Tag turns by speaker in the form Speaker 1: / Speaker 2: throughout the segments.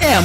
Speaker 1: M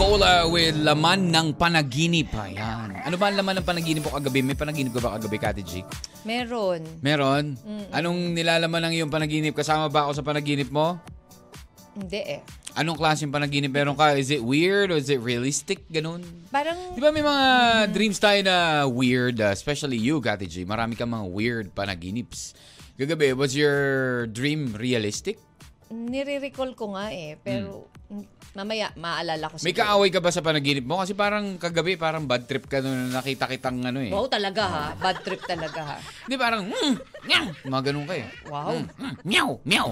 Speaker 2: Cola with laman ng panaginip. Ayan. Ano ba ang laman ng panaginip ko kagabi? May panaginip ko ba kagabi, Kati G?
Speaker 3: Meron.
Speaker 2: Meron? Anong nilalaman ng iyong panaginip? Kasama ba ako sa panaginip mo?
Speaker 3: Hindi eh.
Speaker 2: Anong klaseng panaginip meron ka? Is it weird or is it realistic? Ganun.
Speaker 3: Parang,
Speaker 2: Di ba may mga dreams tayo na weird, uh, especially you, Kati G. Marami kang mga weird panaginips. Kagabi, was your dream realistic?
Speaker 3: nire-recall ko nga eh. Pero, mm, mamaya, maalala ko
Speaker 2: Hmm. May
Speaker 3: siguro.
Speaker 2: kaaway ka ba sa panaginip mo? Kasi parang kagabi, parang bad trip ka nung nakita kitang ano eh.
Speaker 3: Wow talaga ha. Bad trip talaga ha.
Speaker 2: Di parang, mm, meow, mga ganun kayo.
Speaker 3: Wow.
Speaker 2: Mm, mm, meow, meow.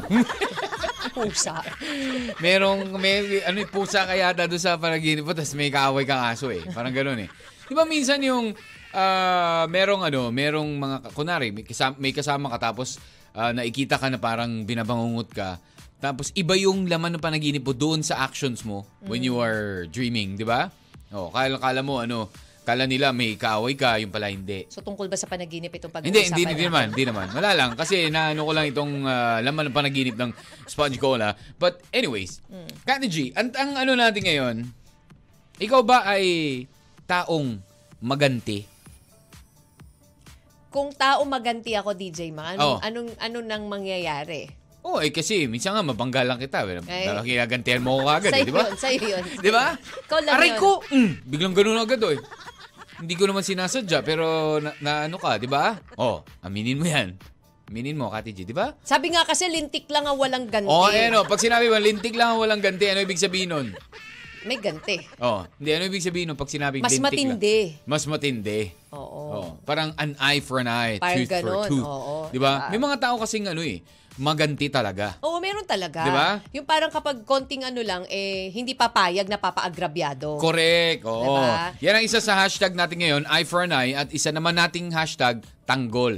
Speaker 3: Pusa.
Speaker 2: Merong, may, ano, eh, pusa kaya yata doon sa panaginip mo, tapos may kaaway kang aso eh. Parang ganun eh. Di ba minsan yung, ah, merong ano, merong mga, kunwari, may kasama, may kasama ka tapos ah, naikita ka na parang binabangungot ka. Tapos iba yung laman ng panaginip mo doon sa actions mo when you are dreaming, di ba? O, kala, kala mo ano, kala nila may kaaway ka, yung pala hindi.
Speaker 3: So, tungkol ba sa panaginip itong pag-uusapan
Speaker 2: Hindi, hindi, hindi
Speaker 3: natin?
Speaker 2: naman, hindi naman. Wala lang. Kasi naano ko lang itong ah, laman ng panaginip ng Sponge Cola. But anyways,
Speaker 3: Hmm.
Speaker 2: Kati G, ang, ang ano natin ngayon, ikaw ba ay taong maganti?
Speaker 3: Kung tao maganti ako, DJ Ma,
Speaker 2: Oo.
Speaker 3: anong, anong, anong nang mangyayari?
Speaker 2: Oo, eh kasi minsan nga mabangga lang kita.
Speaker 3: Ay.
Speaker 2: Pero kinagantihan mo ko agad, eh,
Speaker 3: sa'yo
Speaker 2: di ba?
Speaker 3: yun, sa'yo yun.
Speaker 2: Di ba?
Speaker 3: Ikaw lang
Speaker 2: Aray
Speaker 3: yun.
Speaker 2: ko! Mm, biglang ganun agad, oy. Hindi ko naman sinasadya, pero na, na ano ka, di ba? Oh, aminin mo yan. Aminin mo, Kati G, di ba?
Speaker 3: Sabi nga kasi, lintik lang ang walang ganti.
Speaker 2: Oh, eh, ano, pag sinabi mo, lintik lang ang walang ganti, ano ibig sabihin nun?
Speaker 3: May ganti.
Speaker 2: Oh, hindi ano ibig sabihin nung pag sinabing
Speaker 3: Mas
Speaker 2: lintik
Speaker 3: matindi.
Speaker 2: Lang. Mas matindi.
Speaker 3: Oo.
Speaker 2: Oh. Parang an eye for an eye,
Speaker 3: Parang
Speaker 2: tooth for
Speaker 3: ganun,
Speaker 2: tooth.
Speaker 3: oo.
Speaker 2: 'Di ba?
Speaker 3: Diba?
Speaker 2: May mga tao kasing ano eh, maganti talaga.
Speaker 3: Oo, meron talaga.
Speaker 2: Di ba?
Speaker 3: Yung parang kapag konting ano lang, eh, hindi papayag na papaagrabyado.
Speaker 2: Correct. Oo.
Speaker 3: Diba?
Speaker 2: Yan ang isa sa hashtag natin ngayon, eye for an eye at isa naman nating hashtag tanggol.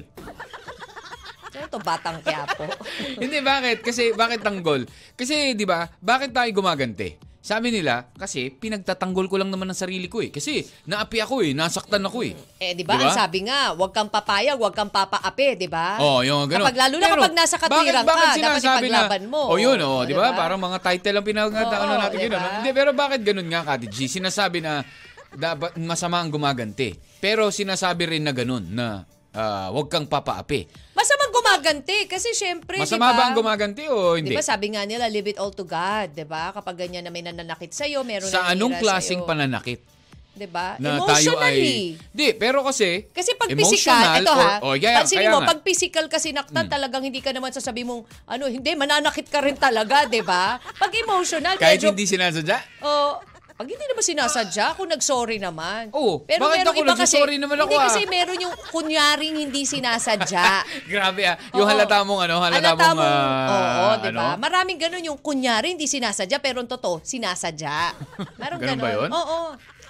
Speaker 3: Ano to, batang kiyapo?
Speaker 2: Hindi, bakit? Kasi, bakit tanggol? Kasi, di ba, bakit tayo gumaganti? Sabi nila, kasi pinagtatanggol ko lang naman ang sarili ko eh. Kasi naapi ako eh, nasaktan ako eh.
Speaker 3: eh, di ba? Ang sabi nga, huwag kang papayag, huwag kang papaapi, di ba?
Speaker 2: Oh, yung ganun.
Speaker 3: Kapag lalo na
Speaker 2: Pero,
Speaker 3: kapag nasa
Speaker 2: bakit,
Speaker 3: katwiran ka, dapat
Speaker 2: sinasabi
Speaker 3: ipaglaban
Speaker 2: na,
Speaker 3: mo.
Speaker 2: Oh, yun, oh,
Speaker 3: Oh,
Speaker 2: di
Speaker 3: di
Speaker 2: ba?
Speaker 3: ba?
Speaker 2: Parang mga title ang pinagkataon
Speaker 3: Oo, diba?
Speaker 2: natin
Speaker 3: di
Speaker 2: yun.
Speaker 3: ba?
Speaker 2: ano? Hindi, pero bakit ganun nga, Kati G? Sinasabi na dapat masama ang gumaganti. Pero sinasabi rin na ganun, na ah, huwag kang papaapi.
Speaker 3: Masamang gumaganti kasi syempre, di
Speaker 2: Masama ba ang gumaganti o hindi?
Speaker 3: Di ba sabi nga nila, leave it all to God, di ba? Kapag ganyan na may nananakit sa'yo, meron
Speaker 2: Sa
Speaker 3: na
Speaker 2: anong klaseng
Speaker 3: pananakit?
Speaker 2: pananakit?
Speaker 3: Di ba?
Speaker 2: na tayo
Speaker 3: Emotionally.
Speaker 2: ay... Di, pero kasi...
Speaker 3: Kasi pag
Speaker 2: emotional
Speaker 3: physical, ito
Speaker 2: or-
Speaker 3: ha,
Speaker 2: Oh, yeah,
Speaker 3: pansinin
Speaker 2: kaya
Speaker 3: mo,
Speaker 2: nga. Hmm.
Speaker 3: pag physical ka sinaktan, talagang hindi ka naman sasabi mong, ano, hindi, mananakit ka rin talaga, di ba? Pag emotional,
Speaker 2: Kahit
Speaker 3: medyo,
Speaker 2: hindi sinasadya?
Speaker 3: Oh, pag hindi naman sinasadya, ako nag-sorry naman.
Speaker 2: Oo, Oh, bakit ako nagsisorry naman ako,
Speaker 3: Hindi
Speaker 2: ah?
Speaker 3: kasi meron yung kunyaring hindi sinasadya.
Speaker 2: Grabe ah. Yung
Speaker 3: Oo.
Speaker 2: halata mong ano, halata,
Speaker 3: Halata
Speaker 2: mong... ah,
Speaker 3: oo, di ba?
Speaker 2: ano?
Speaker 3: Maraming ganun yung kunyari, hindi sinasadya, pero ang totoo, sinasadya. Meron
Speaker 2: Ganun
Speaker 3: ganun.
Speaker 2: ba yun?
Speaker 3: Oo.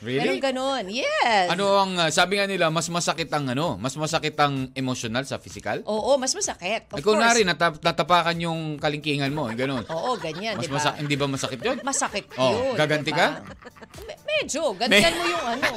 Speaker 2: Really?
Speaker 3: Meron ganun. Yes.
Speaker 2: Ano ang ah, sabi nga nila mas masakit ang ano, mas masakit ang emotional sa physical?
Speaker 3: Oo, mas masakit. Oh, Of
Speaker 2: Ay, kung
Speaker 3: course. Oh,
Speaker 2: nari, natap- natapakan yung kalingkingan mo, eh, ganun.
Speaker 3: Oo, ganyan,
Speaker 2: mas
Speaker 3: di ba?
Speaker 2: masak- hindi ba masakit yun?
Speaker 3: Masakit
Speaker 2: Oh,
Speaker 3: yun.
Speaker 2: gaganti
Speaker 3: di ba? Me- medyo. Gantihan mo yung ano.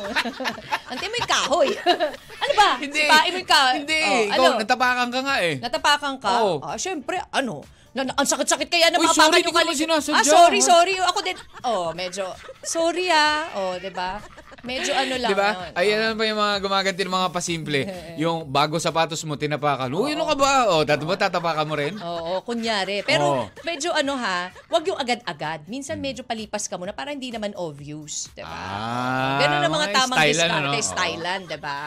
Speaker 3: Antay mo yung kahoy. ano ba? Sipain mo yung kahoy.
Speaker 2: Hindi,
Speaker 3: Oh,
Speaker 2: Eh, ikaw,
Speaker 3: ano?
Speaker 2: natapakan ka nga eh.
Speaker 3: Natapakan ka?
Speaker 2: Oo.
Speaker 3: Ah, syempre, ano? Na, na- ang sakit-sakit kaya na
Speaker 2: Uy,
Speaker 3: mapapakan
Speaker 2: sorry, di
Speaker 3: yung
Speaker 2: ko naman
Speaker 3: kalig-
Speaker 2: sinasadya.
Speaker 3: Ah, sorry, sorry. Ako din. Oh, medyo, sorry ah. Oh, di ba? Medyo ano lang.
Speaker 2: Di ba?
Speaker 3: yun.
Speaker 2: Ay, ano pa yung mga gumaganti ng mga pasimple.
Speaker 3: Eh.
Speaker 2: yung bago sapatos mo, tinapakan. Uy, ano ka ba? O, tatapa, tatapakan mo rin?
Speaker 3: Oh. Oo, kunyari. Pero
Speaker 2: Oo.
Speaker 3: medyo ano ha, wag yung agad-agad. Minsan
Speaker 2: Hmm.
Speaker 3: medyo palipas ka muna para hindi naman obvious, 'di ba?
Speaker 2: Ah,
Speaker 3: Ganun ang mga
Speaker 2: mga
Speaker 3: tamang
Speaker 2: stylean,
Speaker 3: diskarte,
Speaker 2: ano? Oo.
Speaker 3: stylean, 'di ba?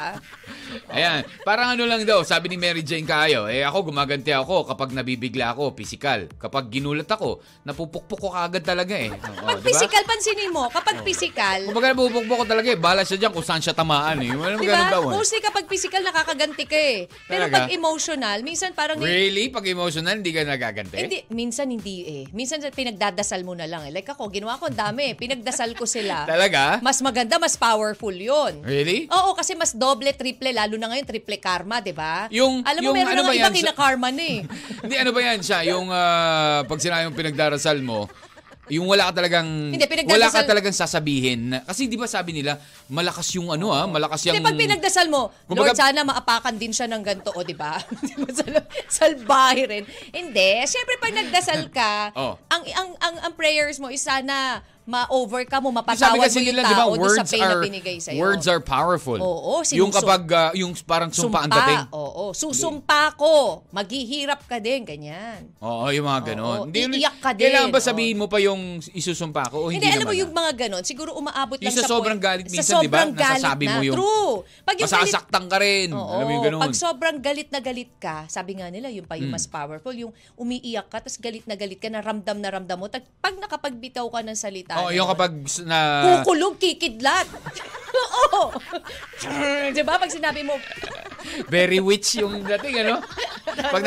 Speaker 2: Ayan, parang ano lang daw, sabi ni Mary Jane Kayo, eh ako gumaganti ako kapag nabibigla ako, physical. Kapag ginulat ako, napupukpok ko kaagad talaga eh. Oo, di
Speaker 3: Pag
Speaker 2: ba?
Speaker 3: physical pansinin mo, kapag physical,
Speaker 2: Kumbaga napupukpok ko talaga eh, bala siya dyan kung saan siya tamaan eh. Ano
Speaker 3: Di
Speaker 2: ganun
Speaker 3: ba?
Speaker 2: daw eh.
Speaker 3: Diba? Mostly kapag physical, nakakaganti ka eh. Pero
Speaker 2: Talaga?
Speaker 3: pag emotional, minsan parang...
Speaker 2: Really? Pag emotional, hindi ka nagaganti?
Speaker 3: Hindi, minsan hindi eh. Minsan pinagdadasal mo na lang eh. Like ako, ginawa ko ang dami eh. Pinagdasal ko sila.
Speaker 2: Talaga?
Speaker 3: Mas maganda, mas powerful yun.
Speaker 2: Really?
Speaker 3: Oo, kasi mas doble, triple, lalo na ngayon, triple karma, di ba?
Speaker 2: Yung-
Speaker 3: Alam mo,
Speaker 2: yung
Speaker 3: meron
Speaker 2: ano ba
Speaker 3: na nga iba
Speaker 2: yan?
Speaker 3: kina-karma na eh.
Speaker 2: Hindi, ano ba yan siya? Yung ah, pag sinabi mong pinagdarasal mo, yung wala ka talagang
Speaker 3: Hindi, pinagdarasal-
Speaker 2: wala ka talagang sasabihin na, kasi 'di ba sabi nila malakas yung ano ah malakas yung
Speaker 3: Hindi, pag pinagdasal mo,
Speaker 2: Kumbaga-
Speaker 3: Lord, sana maapakan din siya ng ganito, o, di ba? Di ba, sal- Salbahe rin. Hindi. Siyempre, pag nagdasal ka,
Speaker 2: Oh.
Speaker 3: ang, ang, ang, ang prayers mo is sana ma-overcome mo,
Speaker 2: Yung sabi
Speaker 3: mapatawad mo
Speaker 2: kasi
Speaker 3: yung
Speaker 2: nila,
Speaker 3: tao
Speaker 2: di ba,
Speaker 3: doon sa
Speaker 2: words
Speaker 3: pain
Speaker 2: are,
Speaker 3: na binigay sa'yo.
Speaker 2: words are powerful.
Speaker 3: Oo, sinusum-
Speaker 2: yung kapag, ah, yung parang sumpa ang dating.
Speaker 3: Oo, susumpa ko. Maghihirap ka din, ganyan.
Speaker 2: Oo, yung mga ganon.
Speaker 3: Oo, iiyak ka din.
Speaker 2: Kailangan ba
Speaker 3: Oo.
Speaker 2: sabihin mo pa yung isusumpa ko o Oh,
Speaker 3: Hindi,
Speaker 2: hindi,
Speaker 3: alam
Speaker 2: naman
Speaker 3: mo
Speaker 2: ah.
Speaker 3: yung mga ganon, siguro umaabot
Speaker 2: Yung
Speaker 3: lang
Speaker 2: sa
Speaker 3: sa
Speaker 2: sobrang
Speaker 3: point-
Speaker 2: galit minsan,
Speaker 3: sa
Speaker 2: di ba?
Speaker 3: sobrang galit
Speaker 2: Nasasabi
Speaker 3: na.
Speaker 2: mo yung-
Speaker 3: True. Pag yung galit,
Speaker 2: Masasaktan ka rin. Mm, alam mo yung Mm.
Speaker 3: Oo,
Speaker 2: ganon.
Speaker 3: Pag sobrang galit na galit ka, sabi nga nila, yun pa yung mas powerful, yung umiiyak ka, tapos galit na galit ka, na ramdam na ramdam mo. Tag, pag nakapagbitaw ka ng salita.
Speaker 2: Oo,
Speaker 3: na
Speaker 2: yung
Speaker 3: yun,
Speaker 2: kapag s- na...
Speaker 3: Kukulog, kikidlat. Oo. Di ba? Pag sinabi mo,
Speaker 2: Very witch yung dating, ano? Pag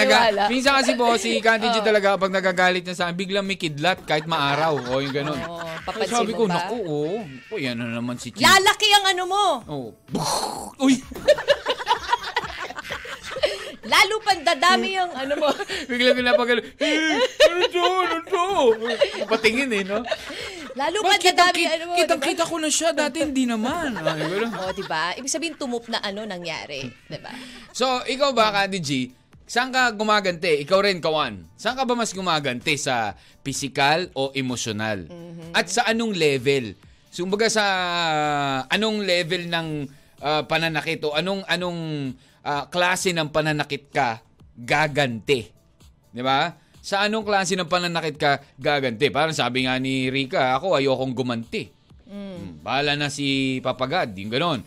Speaker 2: naga,
Speaker 3: Naniniwala.
Speaker 2: minsan kasi po, si Kanti G talaga, pag nagagalit na sa akin, biglang may kidlat kahit maaraw. O, yung ganun.
Speaker 3: Oo,
Speaker 2: Ay,
Speaker 3: papansin
Speaker 2: sabi
Speaker 3: mo
Speaker 2: ko,
Speaker 3: ba?
Speaker 2: naku, oo. Oh, yan na naman si Chi.
Speaker 3: lalaki ang ano mo.
Speaker 2: Oh. Uy!
Speaker 3: Lalo pang dadami
Speaker 2: Mm.
Speaker 3: ang ano mo.
Speaker 2: Biglang pinapagalo. Eh, ano to? Ano to? Patingin eh, no?
Speaker 3: Lalo
Speaker 2: Ba,
Speaker 3: pang dadami ano mo.
Speaker 2: kitang
Speaker 3: diba?
Speaker 2: kita ko na siya. Dati hindi naman. Ay, ganun.
Speaker 3: Oo, di ba? Ibig sabihin, tumup na ano nangyari. diba? Di ba?
Speaker 2: So, ikaw ba, Candy G, saan ka gumagante? Ikaw rin, Kawan. Saan ka ba mas gumagante? Sa physical o emosyonal?
Speaker 3: Mm-hmm.
Speaker 2: At sa anong level? So, kumbaga sa ah, anong level ng ah, pananakit o anong anong ah, klase ng pananakit ka gagante? 'Di ba? Sa anong klase ng pananakit ka gagante? Parang sabi nga ni Rika, ako ayokong gumanti. Mm. Bahala na si Papagad, yung ganon.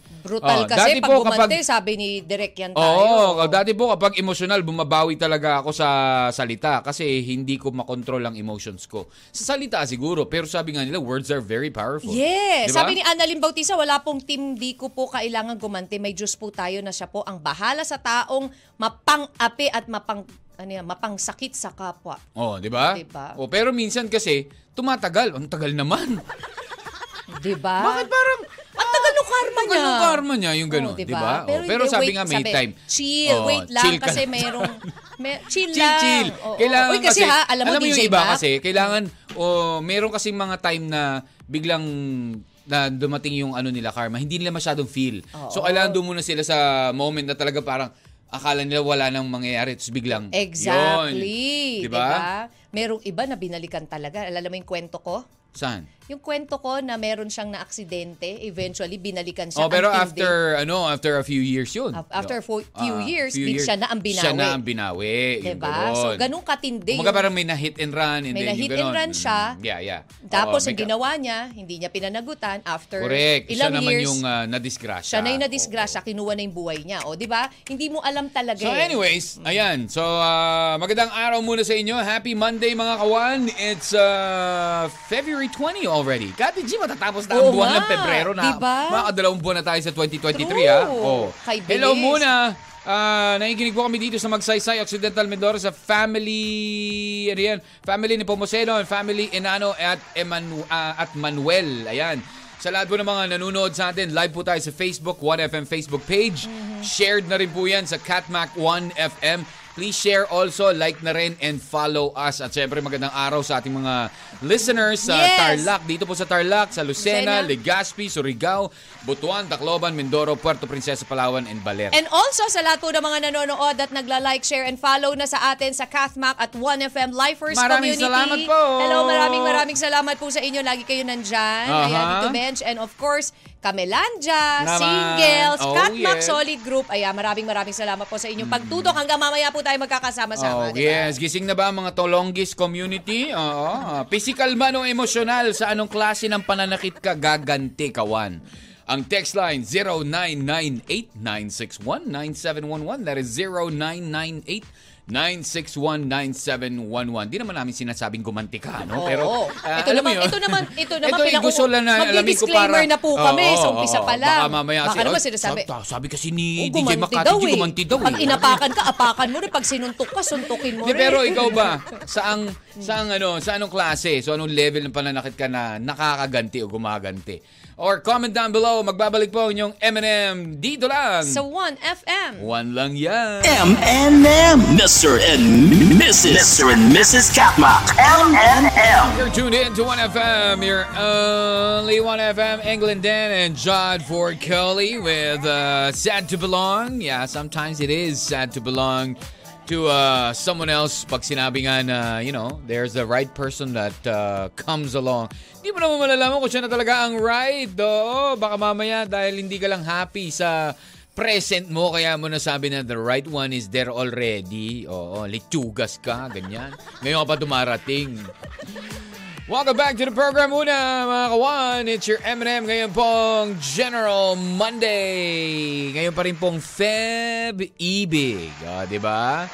Speaker 2: Oh,
Speaker 3: Brutal kasi
Speaker 2: dati
Speaker 3: pag
Speaker 2: po,
Speaker 3: gumante, sabi ni Direk yan tayo.
Speaker 2: Oo, oh, dati po kapag emotional, bumabawi talaga ako sa salita kasi hindi ko makontrol ang emotions ko. Sa salita siguro, pero sabi nga nila, words are very powerful.
Speaker 3: Yes.
Speaker 2: Di ba?
Speaker 3: Sabi ni Annalyn Bautista, wala pong team, di ko po kailangan gumanti. May Diyos po tayo na siya po ang bahala sa taong mapang-api at mapang, ano yan, mapangsakit sa kapwa.
Speaker 2: Oh, di ba?
Speaker 3: Di ba?
Speaker 2: Oh, pero minsan kasi, tumatagal. Ang tagal naman.
Speaker 3: Ano Di ba?
Speaker 2: Bakit parang,
Speaker 3: Ang tagal ng karma
Speaker 2: Ang tagal
Speaker 3: niya.
Speaker 2: ng karma niya, yung ganun,
Speaker 3: Oo,
Speaker 2: di ba?
Speaker 3: Oh, diba? Pero,
Speaker 2: Oo, pero
Speaker 3: hindi,
Speaker 2: sabi
Speaker 3: wait,
Speaker 2: nga may
Speaker 3: sabi,
Speaker 2: time.
Speaker 3: Chill,
Speaker 2: Oo,
Speaker 3: wait lang
Speaker 2: chill ka
Speaker 3: kasi
Speaker 2: lang.
Speaker 3: merong... May, chill,
Speaker 2: chill,
Speaker 3: lang.
Speaker 2: chill.
Speaker 3: Oo,
Speaker 2: Kailangan
Speaker 3: oo. Uy, kasi,
Speaker 2: kasi,
Speaker 3: ha, alam mo,
Speaker 2: yung
Speaker 3: DJ
Speaker 2: iba
Speaker 3: Mac,
Speaker 2: kasi, kailangan, oh, meron kasing mga time na biglang na dumating yung ano nila karma, hindi nila masyadong feel. So, kailangan doon muna sila sa moment na talaga parang akala nila wala nang mangyayari. Tapos biglang,
Speaker 3: Exactly.
Speaker 2: yun.
Speaker 3: Di
Speaker 2: Diba?
Speaker 3: ba? Merong iba na binalikan talaga. Alam mo yung kwento ko?
Speaker 2: Saan?
Speaker 3: Yung kwento ko na meron siyang na-aksidente, eventually binalikan siya.
Speaker 2: Oh, pero
Speaker 3: until they-
Speaker 2: after, ano, after a few years yun.
Speaker 3: Af-
Speaker 2: No.
Speaker 3: after fo- few
Speaker 2: Ah,
Speaker 3: years,
Speaker 2: few
Speaker 3: big- siya na ang binawi.
Speaker 2: Siya na ang binawi. Yung
Speaker 3: Diba? So,
Speaker 2: ganun.
Speaker 3: ganun katindi.
Speaker 2: Kumbaga
Speaker 3: yung-
Speaker 2: parang may na-hit and run. And
Speaker 3: May
Speaker 2: then, yung
Speaker 3: na-hit and
Speaker 2: ganun.
Speaker 3: run siya.
Speaker 2: Mm, Yeah, yeah. Oo,
Speaker 3: Tapos yung
Speaker 2: may ka-
Speaker 3: ginawa niya, hindi niya pinanagutan after
Speaker 2: Correct. siya
Speaker 3: ilang
Speaker 2: naman
Speaker 3: years.
Speaker 2: yung uh, nadisgrasya.
Speaker 3: siya na yung
Speaker 2: Oo.
Speaker 3: nadisgrasya, kinuha na yung buhay niya. O, di ba? Hindi mo alam talaga.
Speaker 2: So
Speaker 3: eh.
Speaker 2: anyways, ayan. So uh, magandang araw muna sa inyo. Happy Monday mga kawan. It's uh, February 20 already. Kati G, matatapos na ang
Speaker 3: Oo
Speaker 2: buwan
Speaker 3: nga.
Speaker 2: ng Pebrero na.
Speaker 3: Diba?
Speaker 2: Makakadalawang buwan na tayo sa 2023
Speaker 3: True.
Speaker 2: ha. Oh.
Speaker 3: Kay bilis.
Speaker 2: Hello muna. Ah, nakikinig po kami dito sa Magsaysay Occidental Mindoro sa family ano yan, family ni Pomoseno and family Enano at Emanu- ah, at Manuel. Ayan. Sa lahat po ng mga nanonood sa atin, live po tayo sa Facebook, 1FM Facebook page.
Speaker 3: Mm-hmm.
Speaker 2: Shared na rin po yan sa Catmac 1FM. Please share also, like na rin, and follow us. At syempre, magandang araw sa ating mga listeners sa
Speaker 3: Yes.
Speaker 2: Tarlac. Dito po sa Tarlac, sa Lucena,
Speaker 3: Lucena.
Speaker 2: Legazpi, Surigao, Butuan, Tacloban, Mindoro, Puerto Princesa, Palawan, and Baler.
Speaker 3: And also sa lahat po ng mga nanonood at nagla-like, share, and follow na sa atin sa Cathmac at 1FM Lifers
Speaker 2: Maraming
Speaker 3: Community.
Speaker 2: salamat po.
Speaker 3: Hello, maraming maraming salamat po sa inyo. Lagi kayo nandyan.
Speaker 2: Aha.
Speaker 3: Ayan, dito bench. And of course, Kamelandja,
Speaker 2: Naman.
Speaker 3: Singles,
Speaker 2: Oh,
Speaker 3: Catmac
Speaker 2: yes.
Speaker 3: Solid Group. Ayan, maraming maraming salamat po sa inyong pagtutok. Hanggang mamaya po tayo
Speaker 2: Oh,
Speaker 3: magkakasama-sama. di ba?
Speaker 2: yes. Gising na ba ang mga Tolongis community? Oo. Physical man o emosyonal, sa anong klase ng pananakit ka gaganti kawan? Ang text line 0998-961-9711. That is 0998-961-9711. Di naman namin sinasabing gumanti ka, no?
Speaker 3: Oo.
Speaker 2: Pero, ah,
Speaker 3: ito,
Speaker 2: alam mo
Speaker 3: naman,
Speaker 2: yun.
Speaker 3: ito naman, ito naman,
Speaker 2: Ito yung gusto lang na alamin ko para...
Speaker 3: Magdi-disclaimer na po kami
Speaker 2: Oo,
Speaker 3: sa
Speaker 2: oo,
Speaker 3: umpisa
Speaker 2: oo.
Speaker 3: pa lang.
Speaker 2: Baka mamaya
Speaker 3: Baka
Speaker 2: si-
Speaker 3: naman
Speaker 2: oh,
Speaker 3: sinasabi,
Speaker 2: sab- Sabi kasi ni
Speaker 3: Oh,
Speaker 2: DJ
Speaker 3: gumanti
Speaker 2: Makati, G,
Speaker 3: daw eh.
Speaker 2: gumanti daw eh.
Speaker 3: Pag inapakan ka, apakan mo rin. Pag sinuntok ka, suntukin
Speaker 2: Di,
Speaker 3: mo rin.
Speaker 2: pero ikaw ba, saang, saang ano, sa anong klase, so anong level ng pananakit ka na nakakaganti o gumaganti? O or comment down below. Magbabalik po ang inyong M&M dito lang.
Speaker 3: Sa 1FM.
Speaker 2: One lang yan.
Speaker 1: M and M. Mr. and Mrs. Mr. and Mrs. Katma.
Speaker 4: M and M.
Speaker 2: You're tuned in to 1FM, your only 1FM, England Dan and John Ford Kelly with uh, Sad to Belong. Yeah, sometimes it is sad to belong to uh, someone else pag sinabi nga na, you know, there's the right person that uh, comes along. Hindi mo naman malalaman kung siya na talaga ang right. Oo, baka mamaya dahil hindi ka lang happy sa present mo kaya mo nasabi na the right one is there already. Oo, litugas ka, ganyan. Ngayon ka pa dumarating. Welcome back to the program muna mga kawan. It's your M&M ngayon pong General Monday. Ngayon pa rin pong Feb Ibig. O, di ba?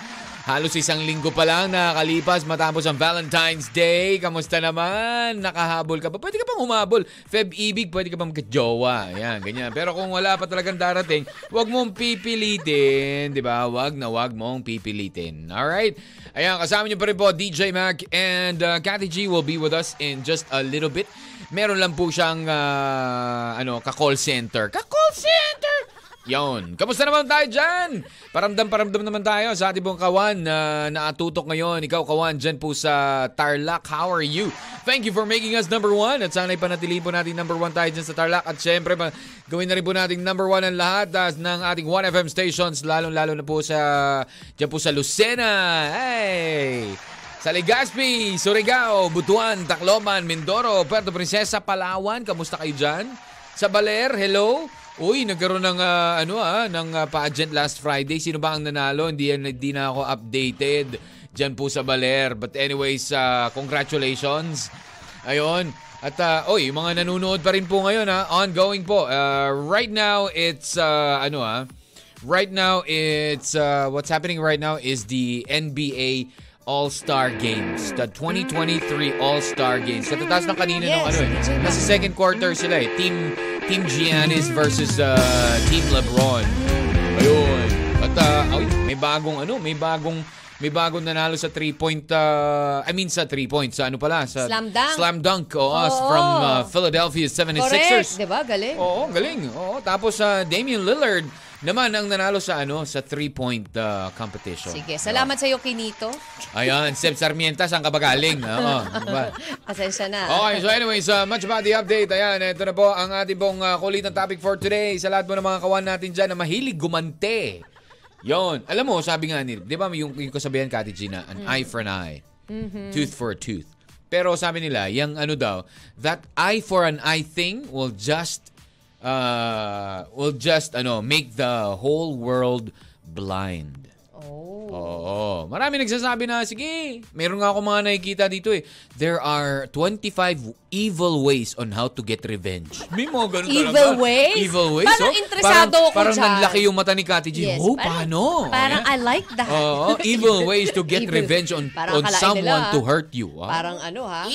Speaker 2: Halos isang linggo pa lang nakakalipas matapos ang Valentine's Day. Kamusta naman? Nakahabol ka ba? Pwede ka pang humabol. Feb Ibig, pwede ka pang magka-jowa. Ayan, ganyan. Pero kung wala pa talagang darating, huwag mong pipilitin. Di ba? Huwag na huwag mong pipilitin. Alright? Ayan, kasama niyo pa rin po DJ Mac and uh, Cathy G will be with us in just a little bit. Meron lang po siyang ah, ano, ka-call center. Ka-call center! Yon. Kamusta naman tayo dyan? Paramdam-paramdam naman tayo sa ating buong kawan na naatutok ngayon. Ikaw, kawan, dyan po sa Tarlac. How are you? Thank you for making us number one. At sana'y panatili po natin number one tayo dyan sa Tarlac. At syempre, pa, gawin na rin po natin number one ang lahat ah, ng ating 1FM stations. Lalo-lalo na po sa, dyan po sa Lucena. Hey! Sa Legazpi, Surigao, Butuan, Tacloban, Mindoro, Puerto Princesa, Palawan, kamusta kayo dyan? Sa Baler, hello? Uy, nagkaroon ng ah, ano ah, ng ah, pageant last Friday. Sino ba ang nanalo? Hindi yan- hindi na ako updated diyan po sa Baler. But anyways, ah, congratulations. Ayon. At uh, oy, yung mga nanonood pa rin po ngayon ha, ongoing po. Uh, right now it's uh, ano ha? Right now it's uh, what's happening right now is the NBA All-Star Games, the 2023 All-Star Games. Katataas ng kanina ng
Speaker 3: Yes,
Speaker 2: ano eh.
Speaker 3: medyo
Speaker 2: Nasa second quarter sila eh. Team Team Giannis versus uh, Team LeBron. Ayun. At uh, ay, may bagong ano, may bagong may bagong nanalo sa 3 point uh, I mean sa 3 points sa ano pala sa
Speaker 3: Slam dunk.
Speaker 2: Slam dunk oh, us
Speaker 3: Oo.
Speaker 2: from uh, Philadelphia 76ers.
Speaker 3: Correct. Diba? Galing.
Speaker 2: Oo, galing. Oo, tapos sa Damian Lillard naman ang nanalo sa ano sa 3 point uh, competition.
Speaker 3: Sige. Salamat sa iyo, Kinito.
Speaker 2: Ayan, Seb Sarmienta, saan ka ba galing? Oo, diba?
Speaker 3: Pasensya na.
Speaker 2: Okay, so anyways, uh, much about the update. Ayan, ito na po ang ating pong uh, kulit na topic for today. Sa lahat po ng mga kawan natin dyan na mahilig gumante. Yon. Alam mo, sabi nga nila, di ba yung, yung kasabihan, Kati Gina, an eye for an eye, tooth for a tooth. Pero sabi nila, yung ano daw, that eye for an eye thing will just, uh, will just, ano, make the whole world blind.
Speaker 3: Oh.
Speaker 2: Oo. Marami nagsasabi na, sige, meron nga ako mga nakikita dito eh. There are 25 evil ways on how to get revenge. May mga ganun
Speaker 3: Evil
Speaker 2: talaga.
Speaker 3: ways?
Speaker 2: Evil ways?
Speaker 3: Parang
Speaker 2: oh.
Speaker 3: interesado
Speaker 2: parang,
Speaker 3: ako
Speaker 2: Parang
Speaker 3: dyan.
Speaker 2: nanlaki yung mata ni Kati G.
Speaker 3: Yes,
Speaker 2: oh,
Speaker 3: parang-
Speaker 2: paano?
Speaker 3: Parang I like that.
Speaker 2: Oo, evil ways to get
Speaker 3: Evil.
Speaker 2: revenge on on
Speaker 3: Parang akalain
Speaker 2: someone
Speaker 3: nila,
Speaker 2: to hurt you. ah.
Speaker 3: Parang ano ha?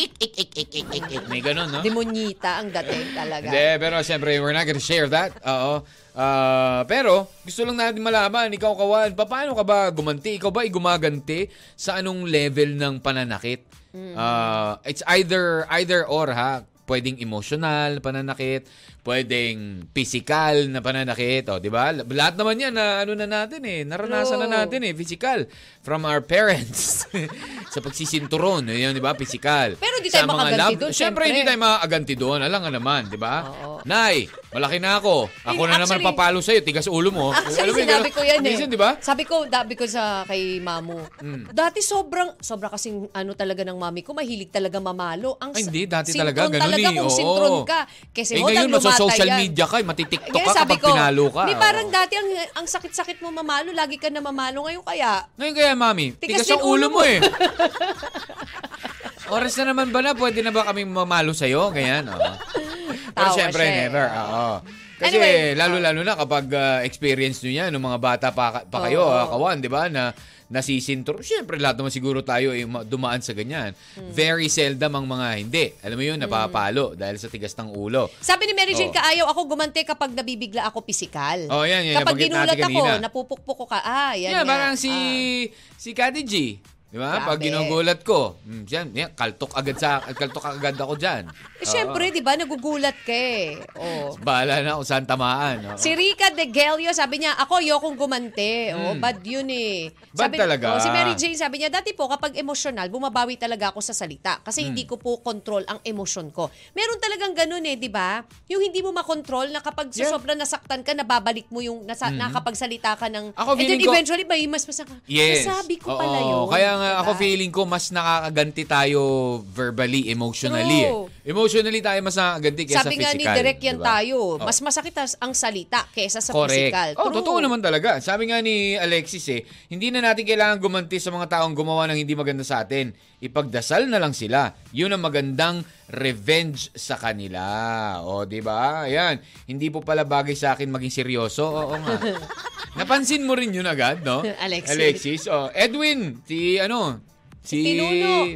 Speaker 2: May ganun, no?
Speaker 3: Demonyita ang dating talaga.
Speaker 2: Hindi, pero siyempre, we're not gonna share that. Oo. Ah, pero, gusto lang natin malaman, ikaw kawan, pa- paano ka ba gumanti? Ikaw ba ay gumaganti sa anong level ng pananakit?
Speaker 3: Mm.
Speaker 2: Ah, it's either, either or ha. Pwedeng emotional pananakit, pwedeng physical na pananakit, o, di ba? Lahat naman yan na ano na natin eh, naranasan na
Speaker 3: True.
Speaker 2: natin eh, physical. From our parents. sa pagsisinturon, yun, di ba? Physical.
Speaker 3: Pero di
Speaker 2: Sa
Speaker 3: tayo
Speaker 2: mga
Speaker 3: makaganti
Speaker 2: love-
Speaker 3: doon,
Speaker 2: Siyempre,
Speaker 3: syempre.
Speaker 2: hindi tayo makakaganti doon. Alam nga naman, di ba?
Speaker 3: Oo.
Speaker 2: Nay, malaki na ako. Ako na naman
Speaker 3: Actually-
Speaker 2: papalo sa'yo. Tigas ulo mo.
Speaker 3: Actually,
Speaker 2: Alam mo yung
Speaker 3: sinabi
Speaker 2: ganun-
Speaker 3: ko yan eh.
Speaker 2: Minsan, di ba? Hmm.
Speaker 3: Sabi ko, sabi ko sa kay Mamu. Dati sobrang, sobra kasing ano talaga ng mami ko, mahilig talaga mamalo. Ang
Speaker 2: Ay,
Speaker 3: sa-
Speaker 2: hindi. Dati
Speaker 3: sintron
Speaker 2: talaga, ganun
Speaker 3: talaga
Speaker 2: eh.
Speaker 3: kung
Speaker 2: Oo.
Speaker 3: sintron ka. Kasi
Speaker 2: eh
Speaker 3: ho,
Speaker 2: ngayon,
Speaker 3: lumata
Speaker 2: social
Speaker 3: yan.
Speaker 2: media ka, eh, matitiktok
Speaker 3: Kaya
Speaker 2: ka
Speaker 3: sabi
Speaker 2: kapag
Speaker 3: ko,
Speaker 2: pinalo ka.
Speaker 3: Di parang
Speaker 2: Oo.
Speaker 3: dati ang, ang sakit-sakit mo mamalo, lagi ka na mamalo. Ngayon kaya,
Speaker 2: Ngayon kaya, mami,
Speaker 3: Tigas
Speaker 2: tigas, ang
Speaker 3: din
Speaker 2: ulo
Speaker 3: ulo
Speaker 2: mo
Speaker 3: mo.
Speaker 2: eh. Oras na naman ba na? Pwede na ba kaming mamalo sa'yo? Ganyan, oo. Pero
Speaker 3: Tawa
Speaker 2: syempre,
Speaker 3: siya eh.
Speaker 2: never. Oo. Kasi
Speaker 3: Anyway,
Speaker 2: lalo-lalo na kapag ah, experience nyo yan, nung mga bata pa, ka- pa kayo,
Speaker 3: Oo.
Speaker 2: ah, kawan, di ba, na nasisintro. Siyempre, lahat naman siguro tayo ay ma- dumaan sa ganyan.
Speaker 3: Hmm.
Speaker 2: Very seldom ang mga hindi. Alam mo yun, napapalo dahil sa tigas ng ulo.
Speaker 3: Sabi ni Mary Jane
Speaker 2: Oh.
Speaker 3: Kaayaw, ako gumante kapag nabibigla ako pisikal.
Speaker 2: Oh, yan, yan,
Speaker 3: Kapag
Speaker 2: nabanggit natin
Speaker 3: ginulat ako,
Speaker 2: kanina.
Speaker 3: napupukpok ko ka. Ah, yan
Speaker 2: yeah,
Speaker 3: nga.
Speaker 2: parang si
Speaker 3: Ah.
Speaker 2: si Kati G. Di ba? Pag
Speaker 3: Grabe.
Speaker 2: ginugulat ko, mm, yan, yan, kaltok agad sa kaltok agad ako diyan.
Speaker 3: Eh, syempre, di ba, nagugulat ka eh. Oh.
Speaker 2: Bahala na kung saan tamaan. oo.
Speaker 3: Si Rica De Gelio, sabi niya, ako ayokong gumante. Oh, bad yun eh.
Speaker 2: Hmm. Bad
Speaker 3: sabi,
Speaker 2: talaga.
Speaker 3: Oh, si Mary Jane, sabi niya, dati po kapag emosyonal, bumabawi talaga ako sa salita kasi
Speaker 2: Hmm.
Speaker 3: hindi ko po control ang emosyon ko. Meron talagang ganun eh, di ba? Yung hindi mo makontrol na kapag
Speaker 2: Yeah. Hmm.
Speaker 3: sobrang nasaktan ka, nababalik mo yung nasa, nakapagsalita ka ng...
Speaker 2: Ako,
Speaker 3: and then
Speaker 2: feeling ko-
Speaker 3: eventually, may mas masaka.
Speaker 2: Yes.
Speaker 3: Nasabi ko
Speaker 2: Oo.
Speaker 3: pala yun.
Speaker 2: Kaya nga
Speaker 3: Diba?
Speaker 2: ako feeling ko mas nakakaganti tayo verbally, emotionally.
Speaker 3: True.
Speaker 2: eh. Emotionally tayo mas nakakaganti kaysa
Speaker 3: Sabi
Speaker 2: physical.
Speaker 3: nga ni Direk yan
Speaker 2: diba?
Speaker 3: tayo,
Speaker 2: Oo.
Speaker 3: mas masakit as- ang salita kesa sa
Speaker 2: Correct.
Speaker 3: physical.
Speaker 2: Oh,
Speaker 3: True.
Speaker 2: totoo naman talaga. Sabi nga ni Alexis eh, hindi na natin kailangan gumanti sa mga taong gumawa ng hindi maganda sa atin. Ipagdasal na lang sila. Yun ang magandang revenge sa kanila. O, di ba? Ayan. Hindi po pala bagay sa akin maging seryoso. Oo nga. Napansin mo rin yun agad, no?
Speaker 3: Alexis.
Speaker 2: Alexis. Oh, Edwin, si ano? Si,
Speaker 3: Pinuno.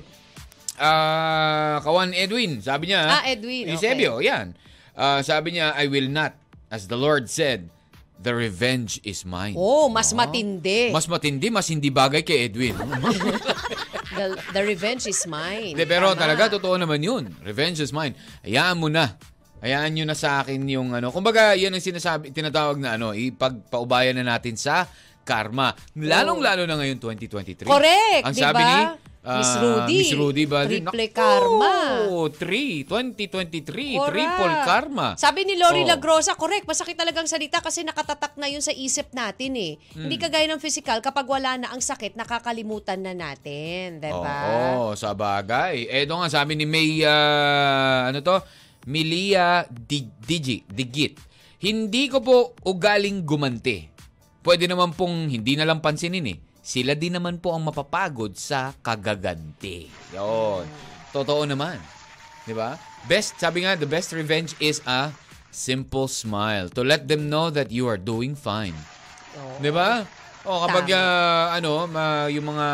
Speaker 2: Ah, Kawan Edwin. Sabi niya.
Speaker 3: Ah, Edwin, okay.
Speaker 2: Eusebio, Oh, yan. Ah, sabi niya, I will not, as the Lord said, the revenge is mine.
Speaker 3: Oh, mas
Speaker 2: Ah.
Speaker 3: matindi.
Speaker 2: Mas matindi, mas hindi bagay kay Edwin.
Speaker 3: The, the revenge is mine.
Speaker 2: De, pero
Speaker 3: Tama.
Speaker 2: talaga, totoo naman yun. Revenge is mine. Hayaan mo na. Hayaan nyo na sa akin yung ano. Kumbaga, yan ang sinasabi, tinatawag na ano, ipagpaubayan na natin sa karma. Lalong-lalo na ngayon, 2023.
Speaker 3: Correct,
Speaker 2: Ang
Speaker 3: di
Speaker 2: sabi
Speaker 3: ba?
Speaker 2: ni ah,
Speaker 3: Miss Rudy.
Speaker 2: Miss Rudy ba? din?
Speaker 3: Triple
Speaker 2: Naku,
Speaker 3: karma.
Speaker 2: Three. 2023.
Speaker 3: Correct.
Speaker 2: Triple karma.
Speaker 3: Sabi ni Lori
Speaker 2: Oh.
Speaker 3: Lagrosa, correct, masakit talagang salita kasi nakatatak na yun sa isip natin eh.
Speaker 2: Hmm.
Speaker 3: Hindi kagaya ng physical, kapag wala na ang sakit, nakakalimutan na natin. Diba?
Speaker 2: Oo, sa bagay. Eto nga, sabi ni May, ah, ano to? Milia Di- Digi, Digit. Hindi ko po ugaling gumanti. Pwede naman pong hindi na lang pansinin eh. Sila din naman po ang mapapagod sa kagaganti. Yun. Totoo naman. Di ba? Best, sabi nga, the best revenge is a simple smile. To let them know that you are doing fine.
Speaker 3: Oo.
Speaker 2: Di ba? O kapag
Speaker 3: Tama.
Speaker 2: ah, ano, ma- yung mga